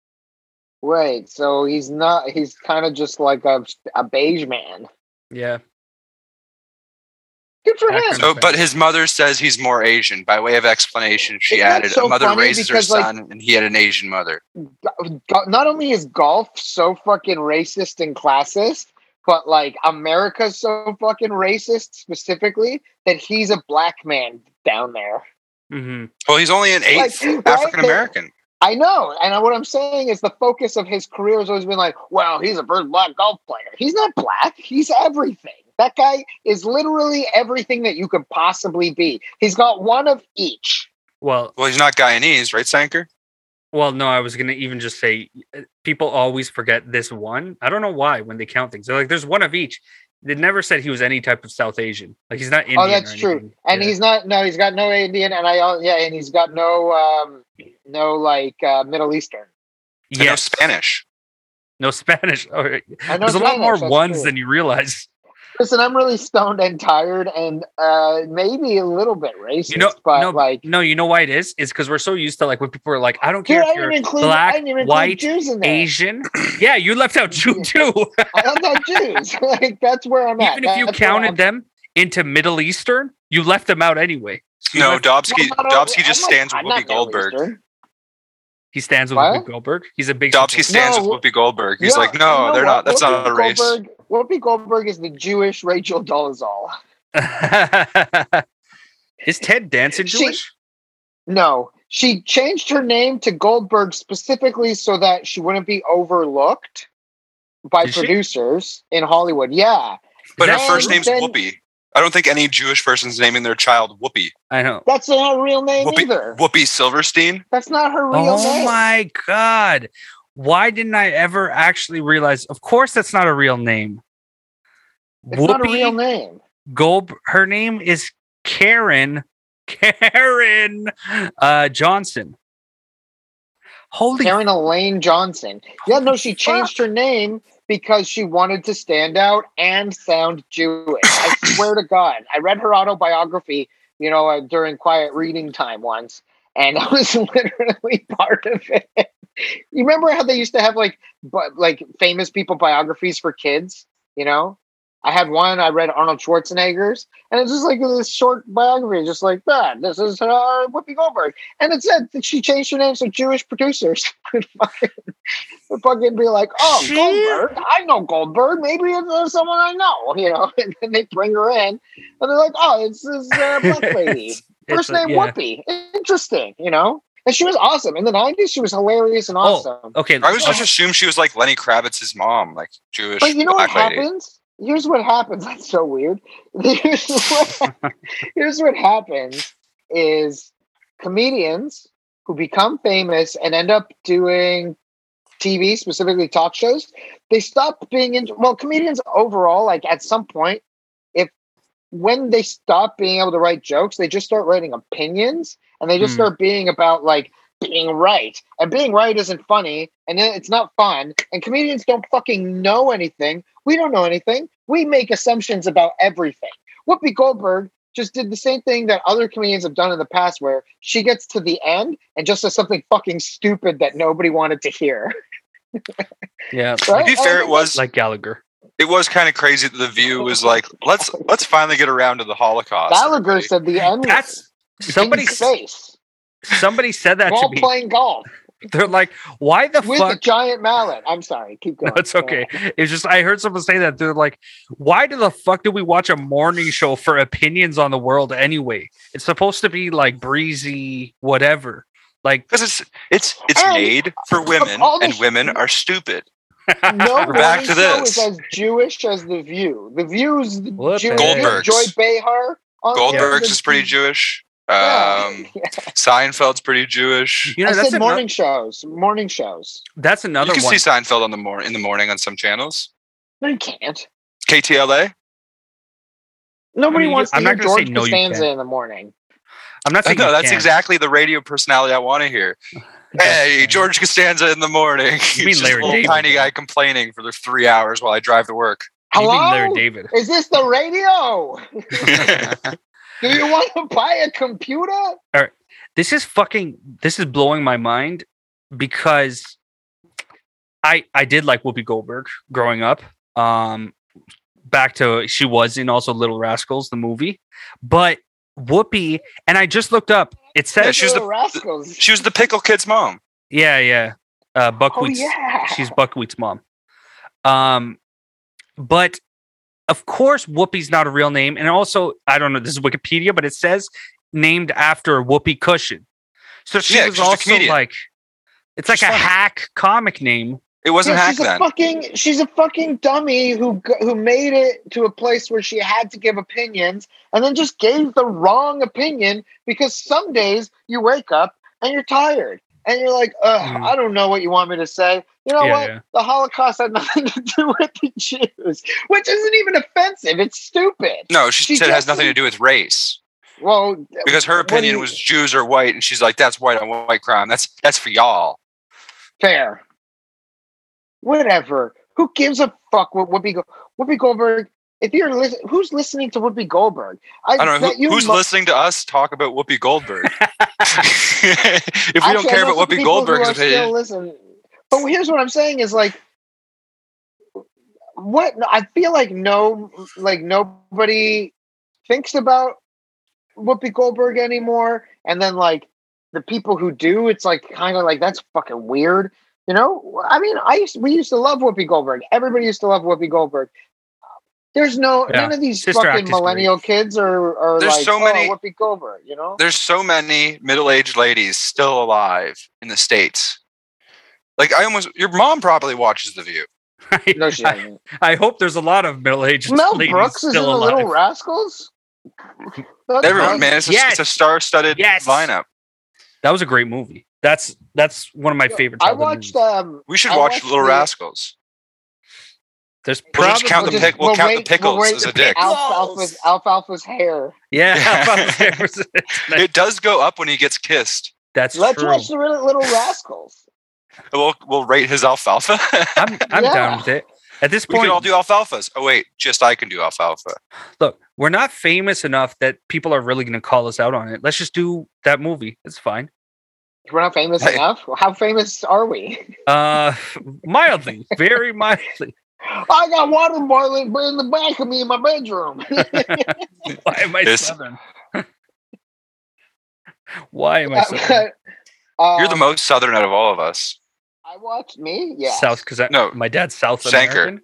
A: Right, so he's not. He's kind of just like a a beige man.
B: Yeah.
A: Good for
B: That
A: him.
B: kind
C: So, but his mother says he's more Asian. By way of explanation, she
A: Isn't that
C: added,
A: so
C: "A mother
A: funny?
C: raises her
A: Because, like-
C: son, and he had an Asian mother."
A: go- not only is golf so fucking racist and classist, but like America's so fucking racist specifically that he's a black man down there.
B: hmm
C: Well, he's only an
A: Like,
C: eighth
A: right
C: African American.
A: I know, and I- what I'm saying is the focus of his career has always been like, well, he's a first black golf player. He's not black. He's everything. That guy is literally everything that you could possibly be. He's got one of each.
B: Well,
C: Well, he's not Guyanese, right, Sanker?
B: well, no, I was gonna even just say uh, people always forget this one. I don't know why when they count things. They're like, there's one of each. They never said he was any type of South Asian. Like he's not Indian.
A: oh, that's
B: or
A: true.
B: anything.
A: And
B: Yeah.
A: he's not. No, he's got no Indian, and I al- yeah, and he's got no um no like uh Middle Eastern.
C: I know
B: Yes.
C: Spanish.
B: No Spanish. All right.
A: I know
B: There's a lot
A: Spanish,
B: more
A: that's
B: ones
A: true.
B: than you realize.
A: Listen, I'm really stoned and tired, and uh maybe a little bit racist,
B: You know,
A: but
B: no,
A: like.
B: no, you know why it is? It's because we're so used to like when people are like, I don't care
A: Dude, I
B: if
A: didn't
B: you're
A: include, I
B: black,
A: didn't include
B: white,
A: Jews in there.
B: Asian. yeah, you left out Jew too.
A: I don't know Jews. like that's where I'm at.
B: Even if you
A: That's where I'm-
B: counted them into Middle Eastern, you left them out anyway.
C: No,
B: went-
C: Dobsky.
A: I'm not
C: Dobsky
A: over-
C: just
A: I'm not-
C: stands with
A: I'm Oh not
C: Whoopi Goldberg.
A: Northeastern.
B: He stands with
A: What?
B: Whoopi Goldberg. He's a big
C: Dobsky stands
A: No,
C: with Whoopi Goldberg. He's
A: Yeah,
C: like,
A: you
C: no,
A: know
C: they're
A: what?
C: not. That's not a
A: Whoopi
C: race.
A: Goldberg, Whoopi Goldberg is the Jewish Rachel Dolezal.
B: Is Ted Danson
A: She-
B: Jewish?
A: No, she changed her name to Goldberg specifically so that she wouldn't be overlooked by
B: Did she?
A: producers in Hollywood. Yeah,
C: But her
B: That's-
C: first name's
A: then-
C: Whoopi. I don't think any Jewish person's naming their child Whoopi.
B: I know.
A: that's not her real name
C: Whoopi,
A: either.
C: Whoopi Silverstein.
A: That's not her real
B: Oh
A: name.
B: my god. Why didn't I ever actually realize? Of course that's not a real name.
A: It's not a real name.
B: Gold her name is Karen Karen uh Johnson. Holy
A: Karen Elaine Johnson. Yeah, no, she changed her name because she wanted to stand out and sound Jewish. I swear to God, I read her autobiography, you know, uh, during quiet reading time once, and I was literally part of it. You remember how they used to have like, but like famous people biographies for kids? You know, I had one. I read Arnold Schwarzenegger's, and it's just like this short biography, just like that. This is uh, Whoopi Goldberg. And it said that she changed her name so Jewish producers would fucking, would fucking be like, oh,
B: She-
A: Goldberg. I know Goldberg. Maybe it's uh, someone I know, you know? And then they bring her in and they're like, oh, it's this uh, black lady.
B: It's- it's
A: First
B: like-
A: name
B: yeah.
A: Whoopi. Interesting, you know? And she was awesome. In the 90s, she was hilarious
B: Oh,
A: and awesome.
B: Okay.
C: I was just
B: oh,
C: assumed she was like Lenny Kravitz's mom, like Jewish
A: But you know what
C: black lady.
A: happens? Here's what happens. That's so weird. Here's what, here's what happens is comedians who become famous and end up doing TV, specifically talk shows, they stop being in well, comedians overall, like at some point, if when they stop being able to write jokes, they just start writing opinions and they just
B: Hmm.
A: start being about like being right. And being right isn't funny and then it's not fun. And comedians don't fucking know anything. We don't know anything. We make assumptions about everything. Whoopi Goldberg just did the same thing that other comedians have done in the past where she gets to the end and just says something fucking stupid that nobody wanted to hear.
B: Yeah.
A: Right?
C: To be fair,
A: And
C: it was
B: Like Gallagher.
C: it was kind of crazy that the view was like, let's let's finally get around to the Holocaust.
A: Gallagher said the end
B: That's somebody s-
A: face
B: somebody said that to
A: while
B: me.
A: playing golf
B: They're like, "Why the
A: with
B: fuck
A: a giant mallet. I'm sorry, keep going.
B: No, it's okay. It's just I heard someone say that they're like, "Why do the fuck do we watch a morning show for opinions on the world anyway? It's supposed to be like breezy, whatever." Like,
C: because it's it's it's
A: And
C: made for women,
A: all the
C: and
A: sh-
C: women are stupid.
A: Uh, No
C: We're back
A: morning
C: to
A: show
C: this.
A: is as Jewish as the View. The View's the
B: What the
A: Jewish.
C: Goldberg's.
A: Joy Behar. on
C: Goldberg's
A: the-
C: is pretty Jewish.
A: Yeah.
C: Um, Seinfeld's pretty Jewish.
B: you know,
A: I
B: that's
A: said
B: ano-
A: morning shows. Morning shows.
B: That's another
C: you can
B: one.
C: see Seinfeld on the mor- in the morning on some channels.
A: No, you can't.
C: KTLA.
A: Nobody
B: I mean, you-
A: wants to
B: I'm
A: hear
B: not gonna say
A: George
B: no, you
A: Costanza
B: can't.
A: in the morning.
B: I'm not saying
C: no,
B: you
C: that's
B: can't.
C: exactly the radio personality I want to hear. Hey, George Costanza in the morning.
B: You mean
C: He's just
B: Larry
C: a little
B: David.
C: tiny guy complaining for the three hours while I drive to work.
B: You mean
A: Hello?
B: Larry David?
A: Is this the radio? Do you want to buy a computer?
B: This is fucking. This is blowing my mind because I I did like Whoopi Goldberg growing up. Um, back to she was in also Little Rascals the movie, but Whoopi and I just looked up. It
C: Yeah,
B: says
C: she's
A: Little
C: the-
A: rascals.
C: she was the pickle kid's mom.
B: yeah yeah, uh,
A: oh
B: buckwheat's
A: yeah.
B: she's buckwheat's mom. Um, but of course Whoopi's not a real name, and also I don't know. This is Wikipedia, but it says named after Whoopi Cushion. So she
C: Yeah,
B: was
C: she's a
B: also
C: comedian.
B: like, it's like
C: She's
B: a
C: funny.
B: hack comic name.
C: It wasn't
A: Yeah,
C: hack
A: she's a
C: then.
A: fucking she's a fucking dummy who g- who made it to a place where she had to give opinions and then just gave the wrong opinion because some days you wake up and you're tired and you're like, Ugh,
B: Mm.
A: I don't know what you want me to say. You know
B: Yeah,
A: what?
B: yeah.
A: The Holocaust had nothing to do with the Jews, which isn't even offensive. It's stupid.
C: no, she,
A: She
C: said it has
A: just-
C: nothing to do with race
A: Well,
C: because her
A: What do
C: opinion
A: you-
C: was Jews are white, and she's like, "That's white on white crime. That's that's for y'all."
A: Fair. Whatever. Who gives a fuck what Whoopi, Go- Whoopi Goldberg? If you're lis- who's listening to Whoopi Goldberg?
C: I don't know
A: bet
C: who, who's
A: mo-
C: listening to us talk about Whoopi Goldberg. if we
A: Actually,
C: don't
A: I
C: care
A: know
C: about
A: some
C: Whoopi
A: people who
C: Goldberg's
A: are
C: opinion,
A: still listen. But here's what I'm saying is like, what I feel like no, like nobody thinks about Whoopi Goldberg anymore. And then like the people who do, it's like kind of like that's fucking weird. You know, I mean, I used we used to love Whoopi Goldberg. Everybody used to love Whoopi Goldberg. There's no
B: Yeah.
A: none of these
B: Sister Act
A: fucking
B: is
A: millennial kids are are
C: There's
A: like
C: so
A: oh,
C: many-
A: Whoopi Goldberg. You know,
C: There's so many middle-aged ladies still alive in the states. Like I almost, your mom probably watches The View.
A: no shit.
B: I, I hope there's a lot of middle-aged
A: Mel
B: ladies
A: Brooks is in
B: still
A: the
B: alive.
A: Little Rascals. That's nuts.
C: Everyone, man, it's a,
B: Yes.
C: it's a star-studded
B: Yes.
C: lineup.
B: that was a great movie. That's that's one of my favorite.
A: I
B: childhood
A: watched
B: movies.
A: um.
C: We should
A: I
C: watch
A: watched
C: Little
A: the-
C: Rascals.
B: There's
C: We'll
B: probably
C: just count the
A: We'll
C: pick.
A: just-
C: We'll,
A: we'll
C: count
A: rate-
C: the pickles
A: we'll rate
C: as a
A: the
C: dick.
A: Alfalfa's alfalfa's hair.
B: yeah.
C: It does go up when he gets kissed.
B: that's
A: Let's
B: true.
A: watch the Little Little Rascals.
C: We'll we'll rate his alfalfa.
B: I'm I'm
A: Yeah.
B: down with it. At this
C: we
B: point,
C: can all do alfalfas. Oh wait, just I can do alfalfa.
B: look, we're not famous enough that people are really going to call us out on it. Let's just do that movie. It's fine.
A: We're not famous
C: Hey.
A: enough. How famous are we?
B: Uh, mildly, very mildly.
A: I got water boiling in the back of me in my bedroom.
B: Why am I
C: This-
B: southern? Why am I southern?
C: You're the
A: Um,
C: most southern out of all of us.
A: I watched me. Yeah.
B: South because
C: No.
B: my dad's South
C: Sanker.
B: American.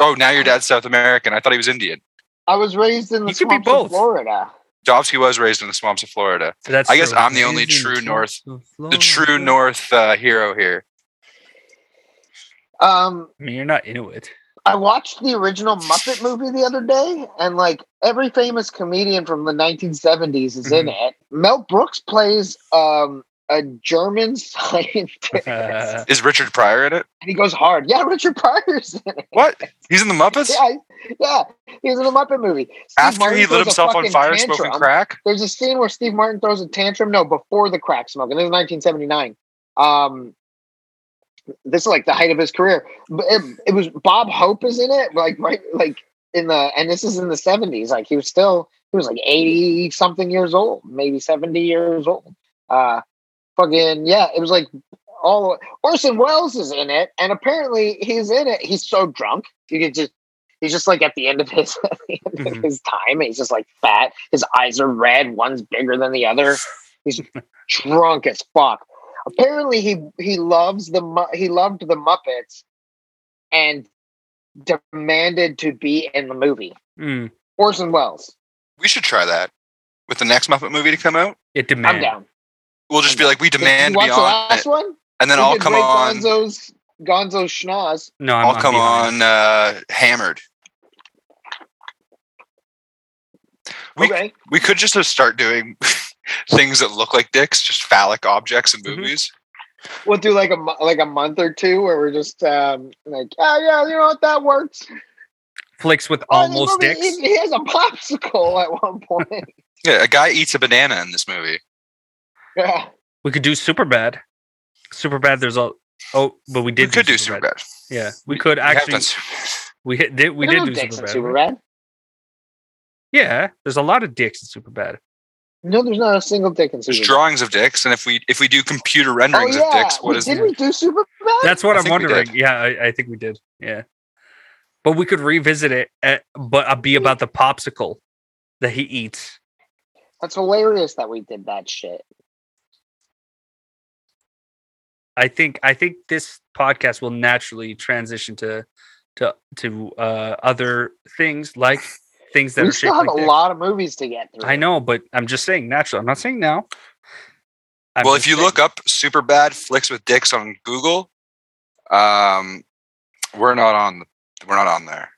C: Oh, now
A: uh,
C: your dad's South American. I thought he was Indian.
A: I was raised in the
B: You could be
A: swamps of
B: both.
A: Florida.
C: Dobsky was raised in the swamps of Florida.
B: That's
C: I guess
B: true.
C: I'm the only
B: He's in
C: true
B: South
C: North-
B: of
C: The
A: Oh,
C: true
B: Florida.
C: North uh, hero here.
A: Um,
B: I mean, you're not Inuit.
A: I watched the original Muppet movie the other day, and like every famous comedian from the 1970s is in
C: Mm-hmm.
A: it. Mel Brooks plays um, a German scientist, and
B: Uh,
C: Is Richard Pryor in it?
A: he goes hard. Yeah, Richard Pryor's in it.
C: What? He's in the Muppets?
A: Yeah, yeah, he was in a Muppet movie. Steve
C: After
A: Martin
C: he
A: throws
C: lit
A: a
C: himself on
A: fucking
C: fire
A: tantrum.
C: smoking crack?
A: There's a scene where Steve Martin throws a tantrum. No, before the crack smoking. This is 1979. Um, this is like the height of his career. But It, it was Bob Hope is in it, like right, like in the, and this is in the 70s. Like he was still, he was like 80 something years old, maybe 70 years old. Uh, fucking yeah, it was like all Orson Welles is in it, and apparently he's in it. He's so drunk, you could just. He's just like at the end of his at the end of
B: Mhm.
A: his time, and he's just like fat. His eyes are red. One's bigger than the other. He's drunk as fuck. Apparently, he he loves the Mu- he loved the Muppets, and demanded to be in the movie.
B: mm,
A: Orson Welles.
C: We should try that. With the next Muppet movie to come out,
B: it demands.
A: I'm down.
C: we'll just be like, we
A: Did you
C: demand to
A: watch
C: be
A: the
C: on
A: last
C: it.
A: one?
C: And then
A: We
C: I'll
A: did
C: come
A: Ray
C: on.
A: Gonzo's Gonzo's schnoz.
B: No, I'm,
C: I'll
B: I'm
C: Oh, come
B: behind.
C: on uh, hammered. We,
A: Okay,
C: we could just start doing things that look like dicks, just phallic objects in
B: Mhm.
A: Mm-hmm.
C: movies.
A: we'll do like a mo- like a month or two where we're just um like oh yeah you know what that works.
B: Flicks with
A: Oh, this
B: almost
A: movie-
B: dicks.
A: He, he has a popsicle at one point.
C: Yeah, a guy eats a banana in this movie.
A: yeah.
B: We could do super bad. Super bad. There's a oh, but we did.
C: we could do
B: Superbad.
C: Superbad.
B: Yeah, we could
C: We have
B: actually.
C: done Superbad.
B: We hit, did. We
A: There's
B: did
A: no
B: do
A: dicks in
B: Superbad. right?
A: Superbad.
B: Yeah, there's a lot of dicks in Superbad.
A: No, there's not a single dick in
C: There's
A: Superbad.
C: drawings of dicks, and if we if we do computer
A: oh
C: renderings of
A: yeah,
C: dicks, what
A: we,
C: is
A: did we do Superbad?
B: That's what I
C: I
B: am
C: think we did.
B: wondering. Yeah, I, I think we did. Yeah, but we could revisit it, at, but uh, be about the popsicle that he eats.
A: That's hilarious that we did that shit.
B: I think. I think this podcast will naturally transition to to to uh, other things like things that
A: we
B: are shaped
A: still have
B: like
A: a
B: dicks.
A: lot of movies to get through.
B: I know, but I'm just saying natural. I'm not saying now. I'm
C: well,
B: just
C: if you
B: saying-
C: look up Superbad flicks with dicks on Google, um, we're not on we're not on there.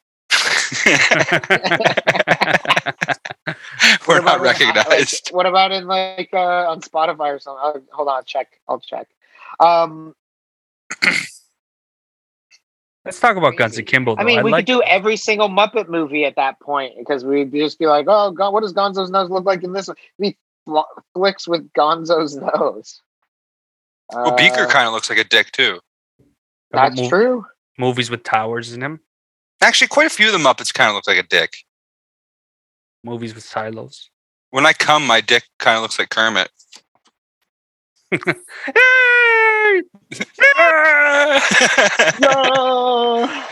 A: What
C: we're
A: about
C: not
A: in, uh, like,
C: recognized.
A: what about in like uh, on Spotify or something? Uh, hold on, I'll check. I'll check. Um,
B: Let's talk about Guns and Kimbo. Though.
A: I mean, we
B: like,
A: could do every single Muppet movie at that point because we'd just be like, "Oh God, what does Gonzo's nose look like in this one?" We fl- flicks with Gonzo's nose.
C: Well, Beaker
A: Uh,
C: kind of looks like a dick too.
B: about
A: That's
B: mov-
A: true.
B: Movies with towers in them.
C: Actually, quite a few of the Muppets kind of look like a dick.
B: Movies with silos.
C: When I come, my dick kind of looks like Kermit. well,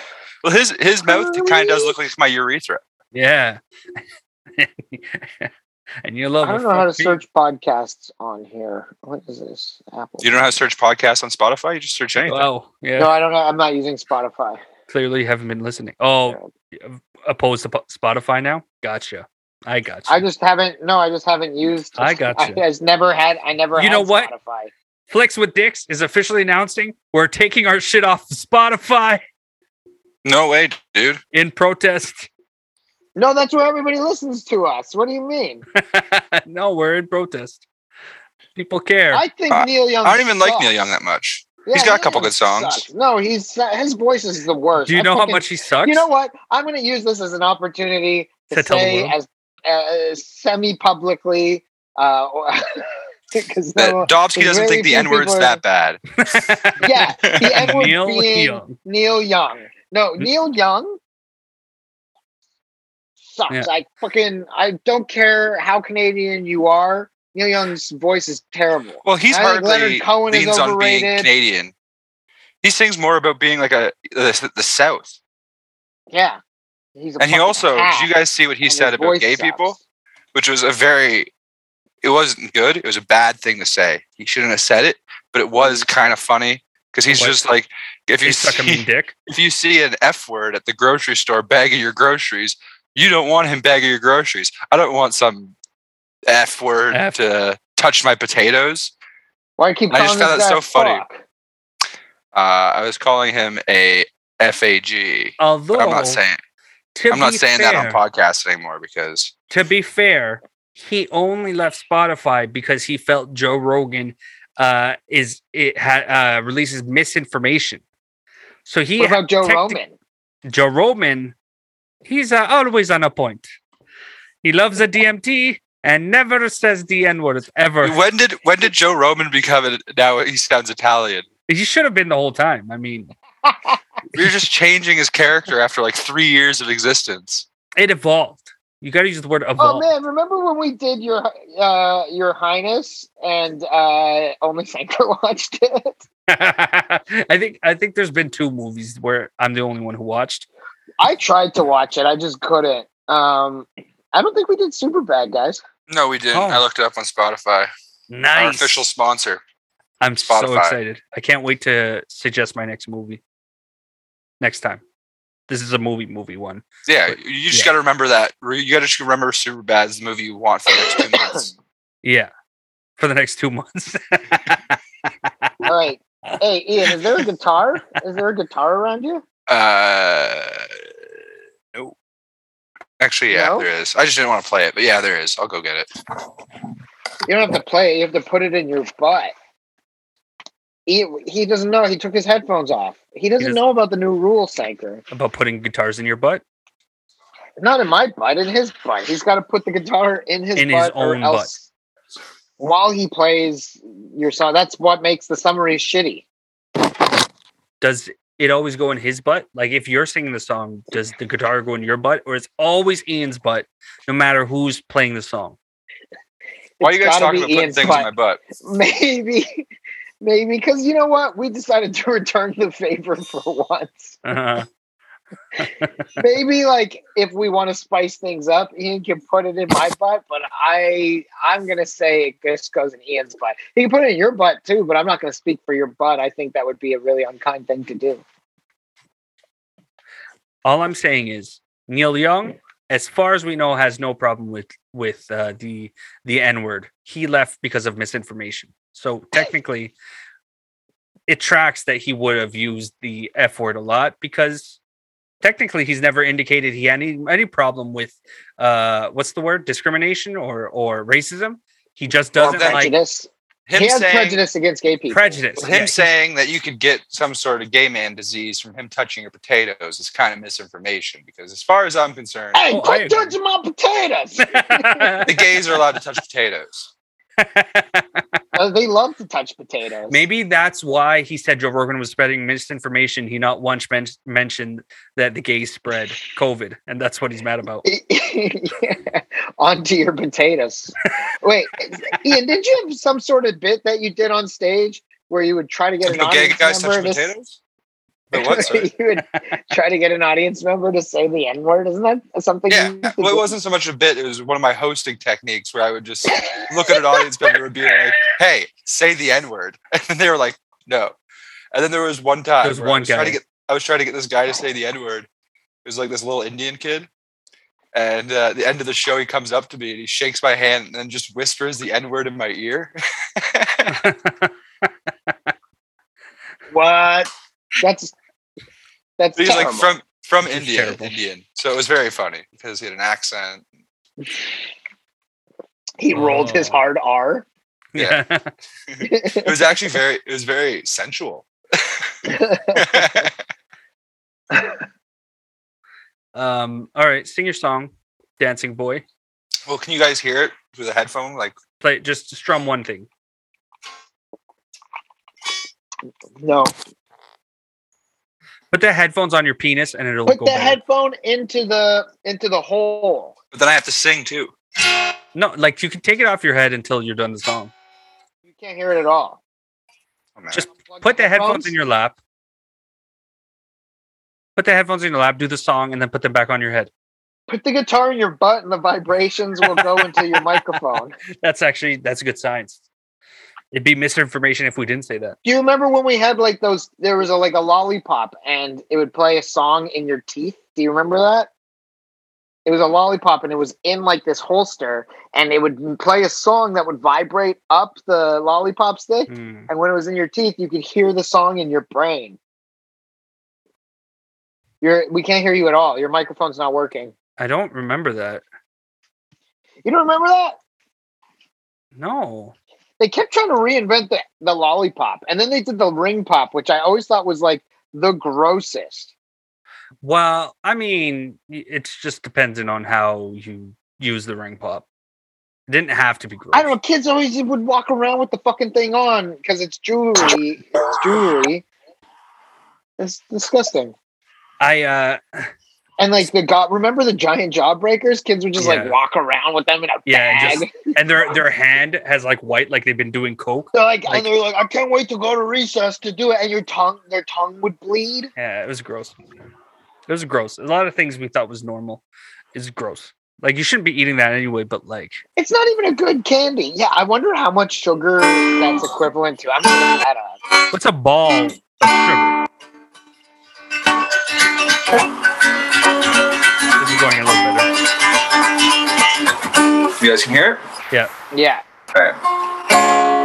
A: No.
C: his his mouth kind of does look like my urethra.
B: yeah. and you love
A: I don't
B: it.
A: know how to
B: Fuck me.
A: search podcasts on here. What is this? Apple.
C: You don't know how to search podcasts on Spotify? You just search anything.
B: Wow. Yeah.
A: No, I don't know. I'm not using Spotify.
B: Clearly, you haven't been listening. Oh, opposed to Po- Spotify now? Gotcha. I gotcha.
A: I just haven't. No, I just haven't used.
B: I gotcha.
A: I, has never had. I never.
B: You
A: had
B: know what?
A: Spotify.
B: Flicks with Dicks is officially announcing we're taking our shit off Spotify
C: No way, dude.
B: in protest.
A: No, that's where everybody listens to us. What do you mean?
B: no, we're in protest. People care.
A: I think
C: I-
A: Neil Young.
C: I don't even like
A: sucks.
C: Neil Young that much.
A: Yeah,
C: He's got a
A: Neil
C: couple
A: Young
C: good songs.
A: sucks. No, he's his voice is the worst.
B: Do you
A: I
B: know how
A: fucking-
B: much he sucks?
A: You know what? I'm going to use this as an opportunity to,
B: To tell the
A: say
B: world.
A: as uh, semi-publicly uh, because
C: That
A: no,
C: Dobsky
A: there's very
C: doesn't think the
A: few
C: N word's
A: people-
C: that bad.
A: yeah, the N word
B: Neil
A: being
B: Young.
A: Neil Young. No,
B: N-
A: Neil Young sucks.
B: Yeah.
A: I fucking I don't care how Canadian you are. Neil Young's voice is terrible.
C: Well, he's
A: I think
C: hardly
A: Leonard Cohen is
C: leans on being
A: overrated.
C: Canadian. He sings more about being like a the, the South.
A: Yeah, he's a
C: And he
A: fucking
C: also,
A: hack,
C: did you guys see what he
A: and
C: said
A: his
C: about
A: voice
C: gay
A: sucks.
C: people? Which was a very, it wasn't good. It was a bad thing to say. He shouldn't have said it, but it was
A: Mm.
C: kind of funny because he's
B: What?
C: just like, if you
B: He's such a mean
C: see,
B: dick.
C: if you see an F word at the grocery store bagging your groceries, you don't want him bagging your groceries. I don't want some F word
B: F.
C: to touch my potatoes.
A: Why do you keep
C: I
A: calling
C: just
A: this
C: found that
A: guy
C: so
A: a
C: funny.
A: fuck?
C: Uh, I was calling him a FAG.
B: Although
C: But I'm not saying
B: to
C: I'm not
B: be
C: saying that on
B: fair-
C: podcasts anymore because
B: to be fair, he only left Spotify because he felt Joe Rogan uh, is it ha- uh, releases misinformation. So he
A: What about Joe
B: technic-
A: Rogan?
B: Joe Roman, he's uh, always on a point. He loves the DMT and never says the N word ever.
C: when did when did Joe Roman become a, now he sounds Italian?
B: He should have been the whole time. I mean,
C: We were just changing his character after like three years of existence.
B: it evolved. You got to use the word
A: Oh
B: evolve.
A: man, remember when we did your uh, your highness and uh, only Sanker watched it?
B: I think I think there's been two movies where I'm the only one who watched.
A: I tried to watch it, I just couldn't. Um, I don't think we did super bad, guys.
C: No, we didn't.
B: Oh.
C: I looked it up on Spotify. Our
B: Nice.
C: official sponsor.
B: I'm so
C: Spotify.
B: excited. I can't wait to suggest my next movie. Next time. This is a movie movie one.
C: Yeah,
B: But-
C: you just
B: yeah.
C: got to remember that. Re- You got to just remember Superbad is the movie you want for the next two months.
B: Yeah. For the next 2 months.
A: All right. Hey Ian, is there a guitar? Is there a guitar around you?
C: Uh, no. Actually, yeah,
A: No?
C: there is. I just didn't want to play it, but yeah, there is. I'll go get it.
A: You don't have to play it, you have to put it in your butt. He, he doesn't know. He took his headphones off. He doesn't
B: doesn't-
A: know about the new rule, Sanker.
B: About putting guitars in your butt?
A: Not in my butt, in his butt. He's got to put the guitar in his
B: In his
A: butt or
B: own
A: else while he plays your song. That's what makes the summary shitty.
B: Does it always go in his butt? Like if you're singing the song, does the guitar go in your butt or it's always Ian's butt no matter who's playing the song?
C: Why are
A: It's
C: you guys
A: gotta be
C: talking about putting
A: Ian's
C: things in my
A: butt.
C: butt?
A: Maybe, maybe because you know what? We decided to return the favor for once.
B: Uh,
A: maybe like if we want to spice things up, Ian can put it in my butt. But I, I'm gonna say it just goes in Ian's butt. He can put it in your butt too, but I'm not gonna speak for your butt. I think that would be a really unkind thing to do.
B: all I'm saying is Neil Young, as far as we know, has no problem with with uh, the the N word. He left because of misinformation. So technically, it tracks that he would have used the F word a lot because technically he's never indicated he had any any problem with uh what's the word discrimination or or racism. He just doesn't
C: that-
B: like
A: prejudice.
C: Him
A: he has
C: saying,
A: prejudice against gay people.
B: prejudice.
C: Him
B: Yeah, he-
C: saying that you could get some sort of gay man disease from him touching your potatoes is kind of misinformation because, as far as I'm concerned,
A: Hey,
B: Oh, I
A: quit
B: agree.
A: touching my potatoes.
C: the gays are allowed to touch potatoes.
A: Uh, they love to touch potatoes.
B: Maybe that's why he said Joe Rogan was spreading misinformation. He not once men- mentioned that the gays spread COVID, and that's what he's mad about.
A: Yeah. Onto your potatoes. Wait, Ian, did you have some sort of bit that you did on stage where you would try to get an
C: Do gay
A: audience
C: guys touch
A: member? This,
C: potatoes? The what, sir?
A: you would try to get an audience member to say the N word. Isn't that something?
C: Yeah.
A: you used to
C: Well, it
A: do?
C: wasn't so much a bit. It was one of my hosting techniques where I would just look at an audience member and be like, "Hey, say the N word," and then they were like, "No." And then there was one time
B: There was
C: where
B: one
C: I was trying
B: guy.
C: to get I was trying to get this guy to say the N word. It was like this little Indian kid, and uh, at the end of the show, he comes up to me and he shakes my hand and then just whispers the N word in my ear.
A: What? That's that's
C: he's
A: terrible.
C: like from from
B: This is
C: India,
B: terrible.
C: Indian. So it was very funny because he had an accent.
A: he rolled his
B: Oh.
A: hard R.
B: yeah.
C: It was actually very it was very sensual.
B: Um, all right, sing your song, Dancing Boy.
C: well, can you guys hear it through the headphone? Like.
B: Play just strum one thing.
A: no,
B: Put the headphones on your penis and it'll
A: put
B: go
A: the
B: better.
A: headphone into the into the hole.
C: But then I have to sing too.
B: No, like you can take it off your head until you're done the song.
A: You can't hear it at all.
C: Oh, man.
B: Just Put the headphones in your lap. Put the headphones in your lap, do the song, and then put them back on your head.
A: Put the guitar in your butt, and the vibrations will go into your microphone.
B: That's actually that's a good science. It'd be misinformation if we didn't say that.
A: Do you remember when we had like those? There was a, like a lollipop, and it would play a song in your teeth. Do you remember that? It was a lollipop, and it was in like this holster, and it would play a song that would vibrate up the lollipop stick.
B: Hmm.
A: And when it was in your teeth, you could hear the song in your brain. You're, we can't hear you at all. Your microphone's not working.
B: I don't remember that.
A: You don't remember that?
B: No.
A: they kept trying to reinvent the, the lollipop and then they did the ring pop which i always thought was like the grossest
B: Well, I mean, y- it's just dependent on how you use the ring pop. It didn't have to be gross.
A: i don't know kids always would walk around with the fucking thing on because it's jewelry it's jewelry it's disgusting
B: I uh
A: and like the god remember the giant jawbreakers kids would just
B: Yeah.
A: like walk around with them in a
B: Yeah, and
A: bag
B: just- and their their hand has like white like they've been doing coke.
A: they're like,
B: like-
A: and they're like i can't wait to go to recess to do it and your tongue their tongue would bleed
B: Yeah, it was gross. It was gross. A lot of things we thought was normal is gross. Like you shouldn't be eating that anyway, but like
A: it's not even a good candy yeah i wonder how much sugar that's equivalent to i'm gonna look that up
B: what's a ball of sugar? This is going a little better.
C: You guys can hear it?
B: Yeah.
A: Yeah.
C: Alright.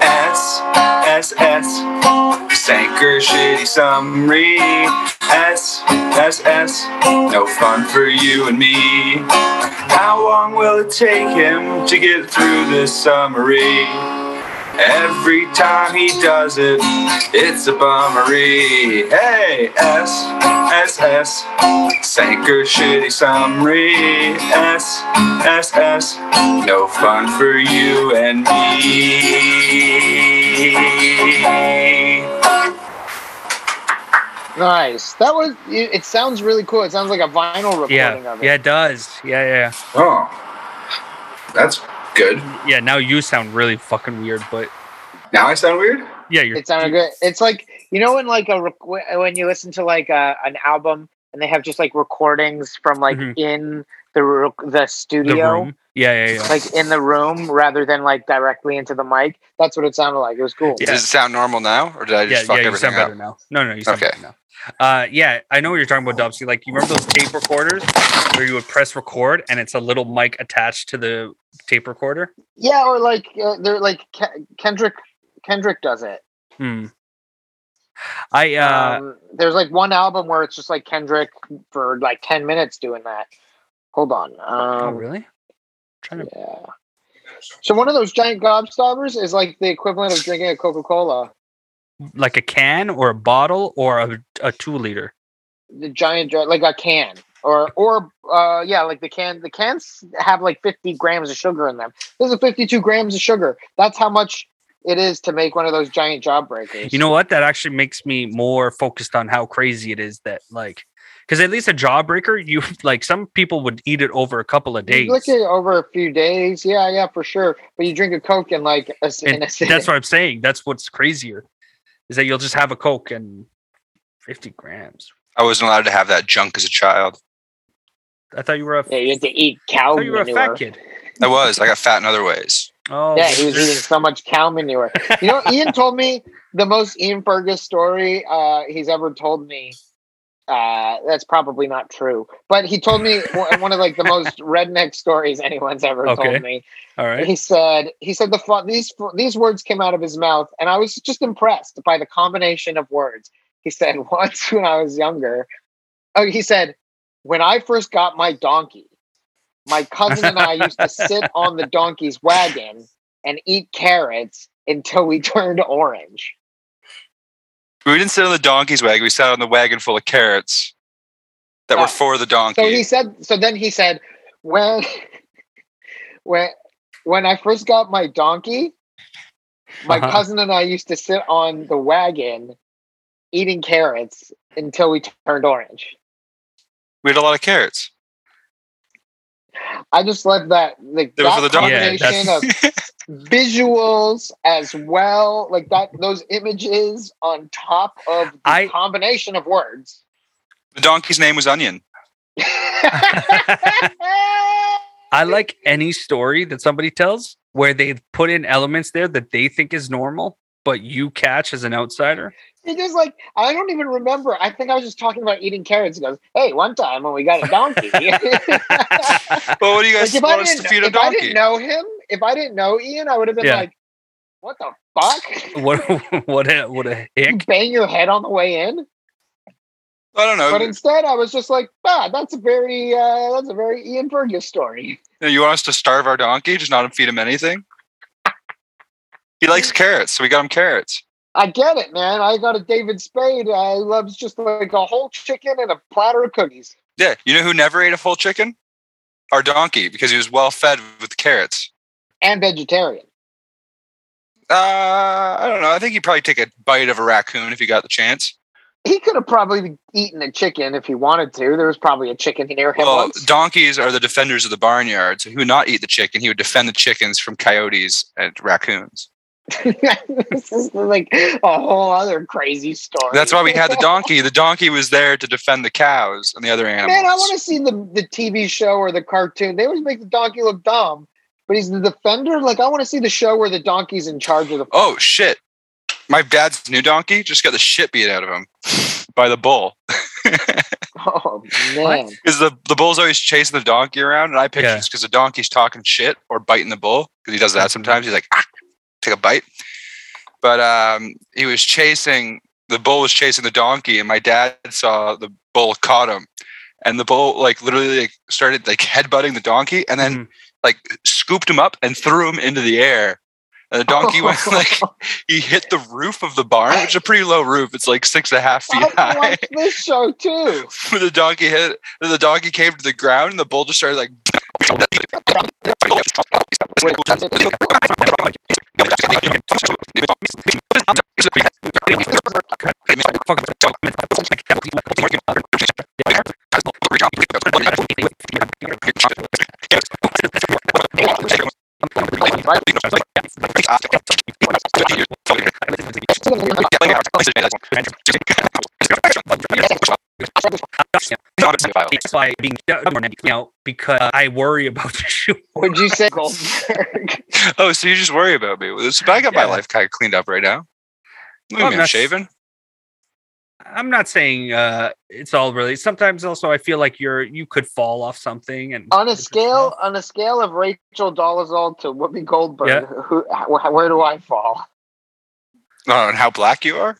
D: S S S Sanker shitty summary S S S No fun for you and me How long will it take him to get through this summary? Every time he does it, it's a bummery. Hey, S, S, S, Sanker shitty summary. S, S, S, no fun for you and me.
A: Nice. That was. It, it sounds really cool. It sounds like a vinyl recording
B: Yeah.
A: of
B: Yeah,
A: it.
B: it does. Yeah, yeah,
D: Oh, that's good.
B: yeah. Yeah, now you sound really fucking weird, but
D: Now I sound weird?
B: yeah, you're
A: It sounded good. It's like you know when like a rec- when you listen to like a, an album and they have just like recordings from like
B: Mhm.
A: in the rec- the
B: the
A: studio,
B: room. Yeah, yeah, yeah.
A: like in the room, rather than like directly into the mic. That's what it sounded like. It was cool.
B: Yeah.
C: Does it sound normal now, or did I
B: yeah,
C: just fuck
B: yeah, you
C: everything
B: sound better
C: up?
B: now. No, no, you sound
C: Okay.
B: better now. Uh, yeah, I know what you're talking about, Dubsy. Like, you remember those tape recorders where you would press record and it's a little mic attached to the tape recorder?
A: Yeah, or like uh, they're like Ke- Kendrick. Kendrick does it.
B: Hmm. I uh,
A: um, there's like one album where it's just like Kendrick for like ten minutes doing that. Hold on. Um,
B: oh really? trying to
A: Yeah. So one of those giant gobstoppers is like the equivalent of drinking a Coca Cola.
B: like a can or a bottle or a, a two liter.
A: The giant, dr- like a can, or or uh, yeah, like the can. The cans have like fifty grams of sugar in them. This is fifty-two grams of sugar. That's how much it is to make one of those giant jawbreakers.
B: You know what? That actually makes me more focused on how crazy it is that like Because at least a jawbreaker, you like some people would eat it over a couple of days.
A: You lick it over a few days. Yeah, yeah, for sure. But you drink a Coke and like a, and
B: And
A: a
B: that's what I'm saying. That's what's crazier, is that you'll just have a Coke and 50 grams.
C: I wasn't allowed to have that junk as a child.
B: I thought you were a,
A: Yeah,
B: I
A: you have to eat cow
B: thought you were a
A: manure.
B: fat kid.
C: I was. I got fat in other ways.
B: Oh,
A: Yeah, he was eating so much cow manure. You know, Ian told me the most Ian Fergus story uh, he's ever told me. Uh, that's probably not true, but he told me one one of like the most redneck stories anyone's ever
B: Okay.
A: told me.
B: All right.
A: He said he said the fu- these these words came out of his mouth, and I was just impressed by the combination of words. He said once when I was younger, oh, he said when I first got my donkey, my cousin and I used to sit on the donkey's wagon and eat carrots until we turned orange.
C: We didn't sit on the donkey's wagon. We sat on the wagon full of carrots that
A: Oh.
C: were for the donkey.
A: So he said. So then he said, when, when, when I first got my donkey, my
B: Uh-huh.
A: cousin and I used to sit on the wagon, eating carrots until we turned orange.
C: we had a lot of carrots.
A: I just love that like
C: They were for
A: that
C: the donkey.
B: Yeah,
A: combination of visuals as well, like that those images on top of the
B: I-
A: combination of words.
C: The donkey's name was Onion.
B: I like any story that somebody tells where they put in elements there that they think is normal, but you catch as an outsider.
A: He just like I don't even remember. I think I was just talking about eating carrots. He goes, "Hey, one time when we got a donkey." like
C: Well, what do you guys
A: if I
C: want us
A: didn't,
C: to feed a
A: if I didn't know
C: donkey?
A: him, if I didn't know Ian, I would have been
B: Yeah.
A: like, "What the fuck?"
B: what what a, what a
A: You
B: hick.
A: bang your head on the way in.
C: I don't know.
A: But instead, I was just like, "Ah, that's a very uh, that's a very Ian Fergus story."
C: You know, you want us to starve our donkey, just not feed him anything? he likes carrots, so we got him carrots.
A: I get it, man. I got a David Spade. I loves just like a whole chicken and a platter of cookies.
C: Yeah. You know who never ate a full chicken? Our donkey, because he was well fed with carrots.
A: And vegetarian.
C: Uh, I don't know. I think he'd probably take a bite of a raccoon if he got the chance.
A: He could have probably eaten a chicken if he wanted to. There was probably a chicken near him.
C: Well,
A: once.
C: donkeys are the defenders of the barnyard, so he would not eat the chicken. He would defend the chickens from coyotes and raccoons.
A: this is like a whole other crazy story.
C: That's why we had the donkey. The donkey was there to defend the cows and the other animals.
A: Man, I want to see the the TV show or the cartoon. They always make the donkey look dumb, but he's the defender. Like I want to see the show where the donkey's in charge of the.
C: Oh shit! My dad's new donkey just got the shit beat out of him by the bull.
A: Oh man,
C: Because the the bull's always chasing the donkey around, and I picture
B: Yeah.
C: it's because the donkey's talking shit or biting the bull because he does that sometimes. He's like, ah, take a bite. But um, he was chasing the bull was chasing the donkey, and my dad saw the bull caught him, and the bull like literally like, started like headbutting the donkey, and then
B: Mhm.
C: like scooped him up and threw him into the air. And the donkey went like he hit the roof of the barn, which is a pretty low roof. It's like six and a half feet
A: I
C: high.
A: watched this show too.
C: when the donkey hit the donkey came to the ground and the bull just started like
B: That's why being stubborn, you know, because I worry about the shoe.
A: Would you say Goldberg?
C: oh so you just worry about me Well, so i got
B: Yeah.
C: my life kind of cleaned up right now Look
A: Oh,
B: Well,
C: at me, i'm
B: that's-
C: shaven
B: I'm not saying uh, it's all really. Sometimes also I feel like you're you could fall off something and
A: on a scale on a scale of Rachel Dolezal to Whoopi Goldberg,
B: Yeah.
A: who wh- where do I fall?
C: oh, and how black you are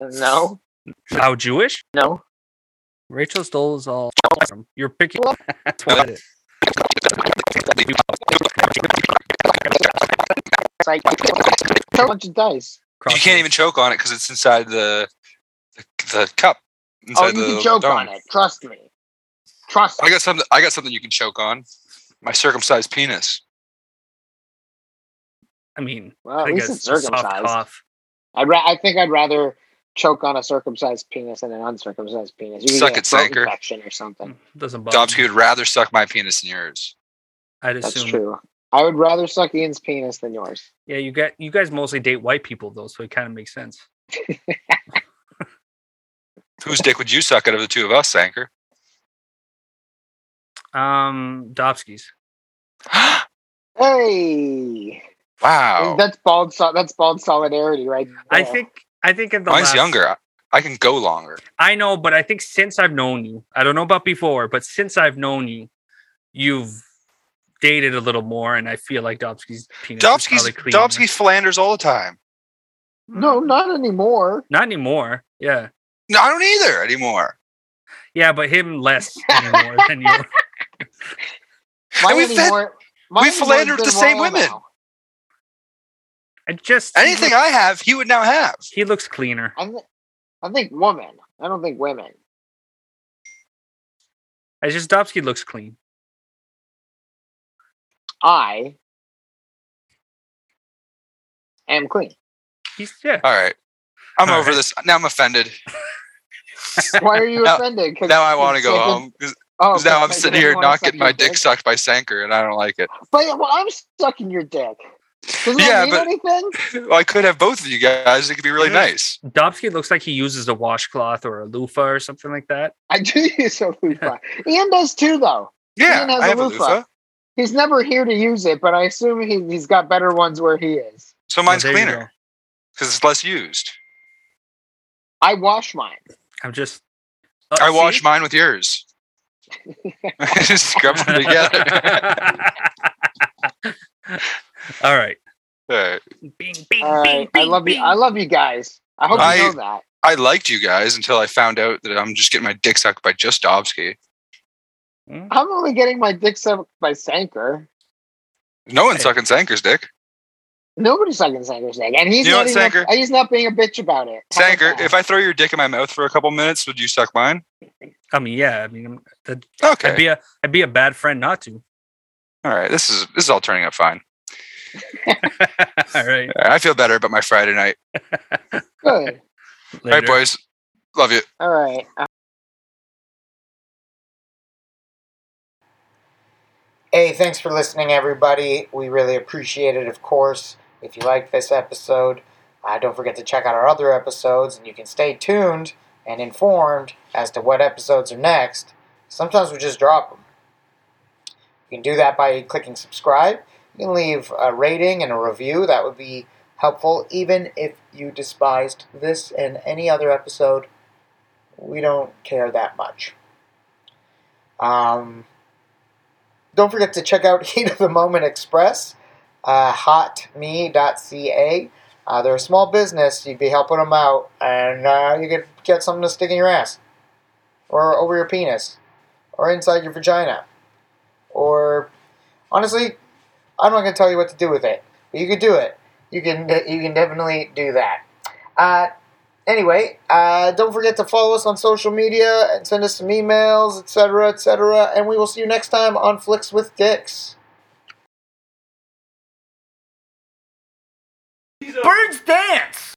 A: No,
B: how Jewish
A: no.
B: Rachel Stoll all. You're picking.
A: Well-
B: That's what it is.
A: It's like a bunch of dice.
C: you can't even choke on it because it's inside the the, the cup
A: Oh,
C: inside
A: you
C: the
A: can choke
C: dome.
A: on it. Trust me. Trust
C: i
A: me.
C: got something i got something you can choke on my circumcised penis
B: I mean,
A: Well,
B: I
A: at
B: think
A: least
B: it's
A: it's
B: a soft
A: circumcised.
B: cough.
A: I'd ra- I think I'd rather choke on a circumcised penis and an uncircumcised penis. You can
C: Suck
A: get a
C: it,
A: throat
C: Sanker.
A: infection or something.
B: Doesn't bother.
C: Domsky
B: me.
C: would rather suck my penis than yours.
B: I'd
A: That's
B: assume.
A: true. I would rather suck Ian's penis than yours.
B: Yeah, you got you guys mostly date white people though, so it kind of makes sense.
C: Whose dick would you suck out of the two of us, Sanker?
B: Um, Dobsky's.
A: Hey,
C: wow.
A: that's bald. So- that's bald solidarity, right?
B: I
A: there.
B: think I think in the
C: Mine's
B: last-
C: younger. I- I can go longer.
B: I know, but I think since I've known you, I don't know about before, but since I've known you, you've dated a little more, and I feel like Dobsky's penis. is
C: Domsky's
B: probably cleaner.
C: Domsky philanders all the time.
A: no,
B: mm.
A: not anymore.
B: not anymore. Yeah,
C: No, I don't either anymore.
B: yeah, but him less anymore than you.
A: Mine
C: we've had-
A: anymore- mine
C: we've
A: anymore
C: philandered
A: has
C: the
A: been
C: same
A: Royal
C: women.
A: now.
B: I just he
C: Anything
B: looks-
C: I have, he would now have.
B: he looks cleaner.
A: I, th- I think woman. I don't think women.
B: I just Dobsky looks clean.
A: I am clean.
B: He's yeah.
C: All right. I'm
B: All
C: over
B: right.
C: this. Now I'm offended.
A: Why are you
C: Now-
A: offended? 'Cause
C: Now I want to
A: it's
C: go
A: like a-
C: home. 'cause-
A: Oh,
C: 'cause now I'm
A: because
C: sitting
A: you
C: here
A: wanna
C: not
A: suck
C: getting my
A: your
C: dick sucked by Sanker, and I don't like it.
A: But well, I'm sucking your dick. Doesn't
C: Yeah,
A: that mean
C: but-
A: anything?
C: Well, I could have both of you guys. It could be really
B: Mhm.
C: nice.
B: Dobsky looks like he uses a washcloth or a loofah or something like that.
A: I do use a loofah. Ian does too, though.
C: Yeah,
A: has
C: I
A: a
C: have a
A: loofah.
C: loofah.
A: He's never here to use it, but I assume he, he's got better ones where he is.
B: So
C: So mine's
B: Oh, there you go.
C: cleaner because it's less used.
A: I wash mine.
B: I'm just. Oh, uh,
C: I wash mine with yours. I just scrub them together.
B: All right.
C: All right.
B: Bing, bing,
A: All right, I love you. I love you guys. I hope
C: I-
A: you know that.
C: I liked you guys until I found out that I'm just getting my dick sucked by just Dobsky.
A: I'm only getting my dick sucked by Sanker.
C: No one's
B: Hey.
C: sucking Sanker's dick.
A: Nobody's sucking Sanker's dick, and he's
C: You know
A: not
C: what,
A: even,
C: Sanker?
A: he's not being a bitch about it. How about
C: Sanker,
B: Oh.
A: that?
C: if I throw your dick in my mouth for a couple minutes, would you suck mine?
B: I mean, yeah. I mean, I'm- that, I'd
C: Okay.
B: be a I'd be a bad friend not to.
C: All right. This is this is all turning out fine.
B: All right.
C: All right, I feel better about my Friday night.
A: good.
C: All right,
B: later.
C: boys. Love you.
A: All right.
E: Hey, thanks for listening, everybody. We really appreciate it, of course. If you like this episode, uh, don't forget to check out our other episodes, and you can stay tuned and informed as to what episodes are next. Sometimes we just drop them. You can do that by clicking subscribe. You can leave a rating and a review. That would be helpful, even if you despised this and any other episode. We don't care that much. Um, don't forget to check out Heat of the Moment Express, uh, hotme.ca. Uh, they're a small business. You'd be helping them out, and uh, you could get something to stick in your ass, or over your penis, or inside your vagina. Or, honestly, I'm not going to tell you what to do with it, but you could do it. You can, you can definitely do that. Uh, anyway, uh, don't forget to follow us on social media and send us some emails, etc., etc. And we will see you next time on Flicks with Dicks.
B: Birds dance.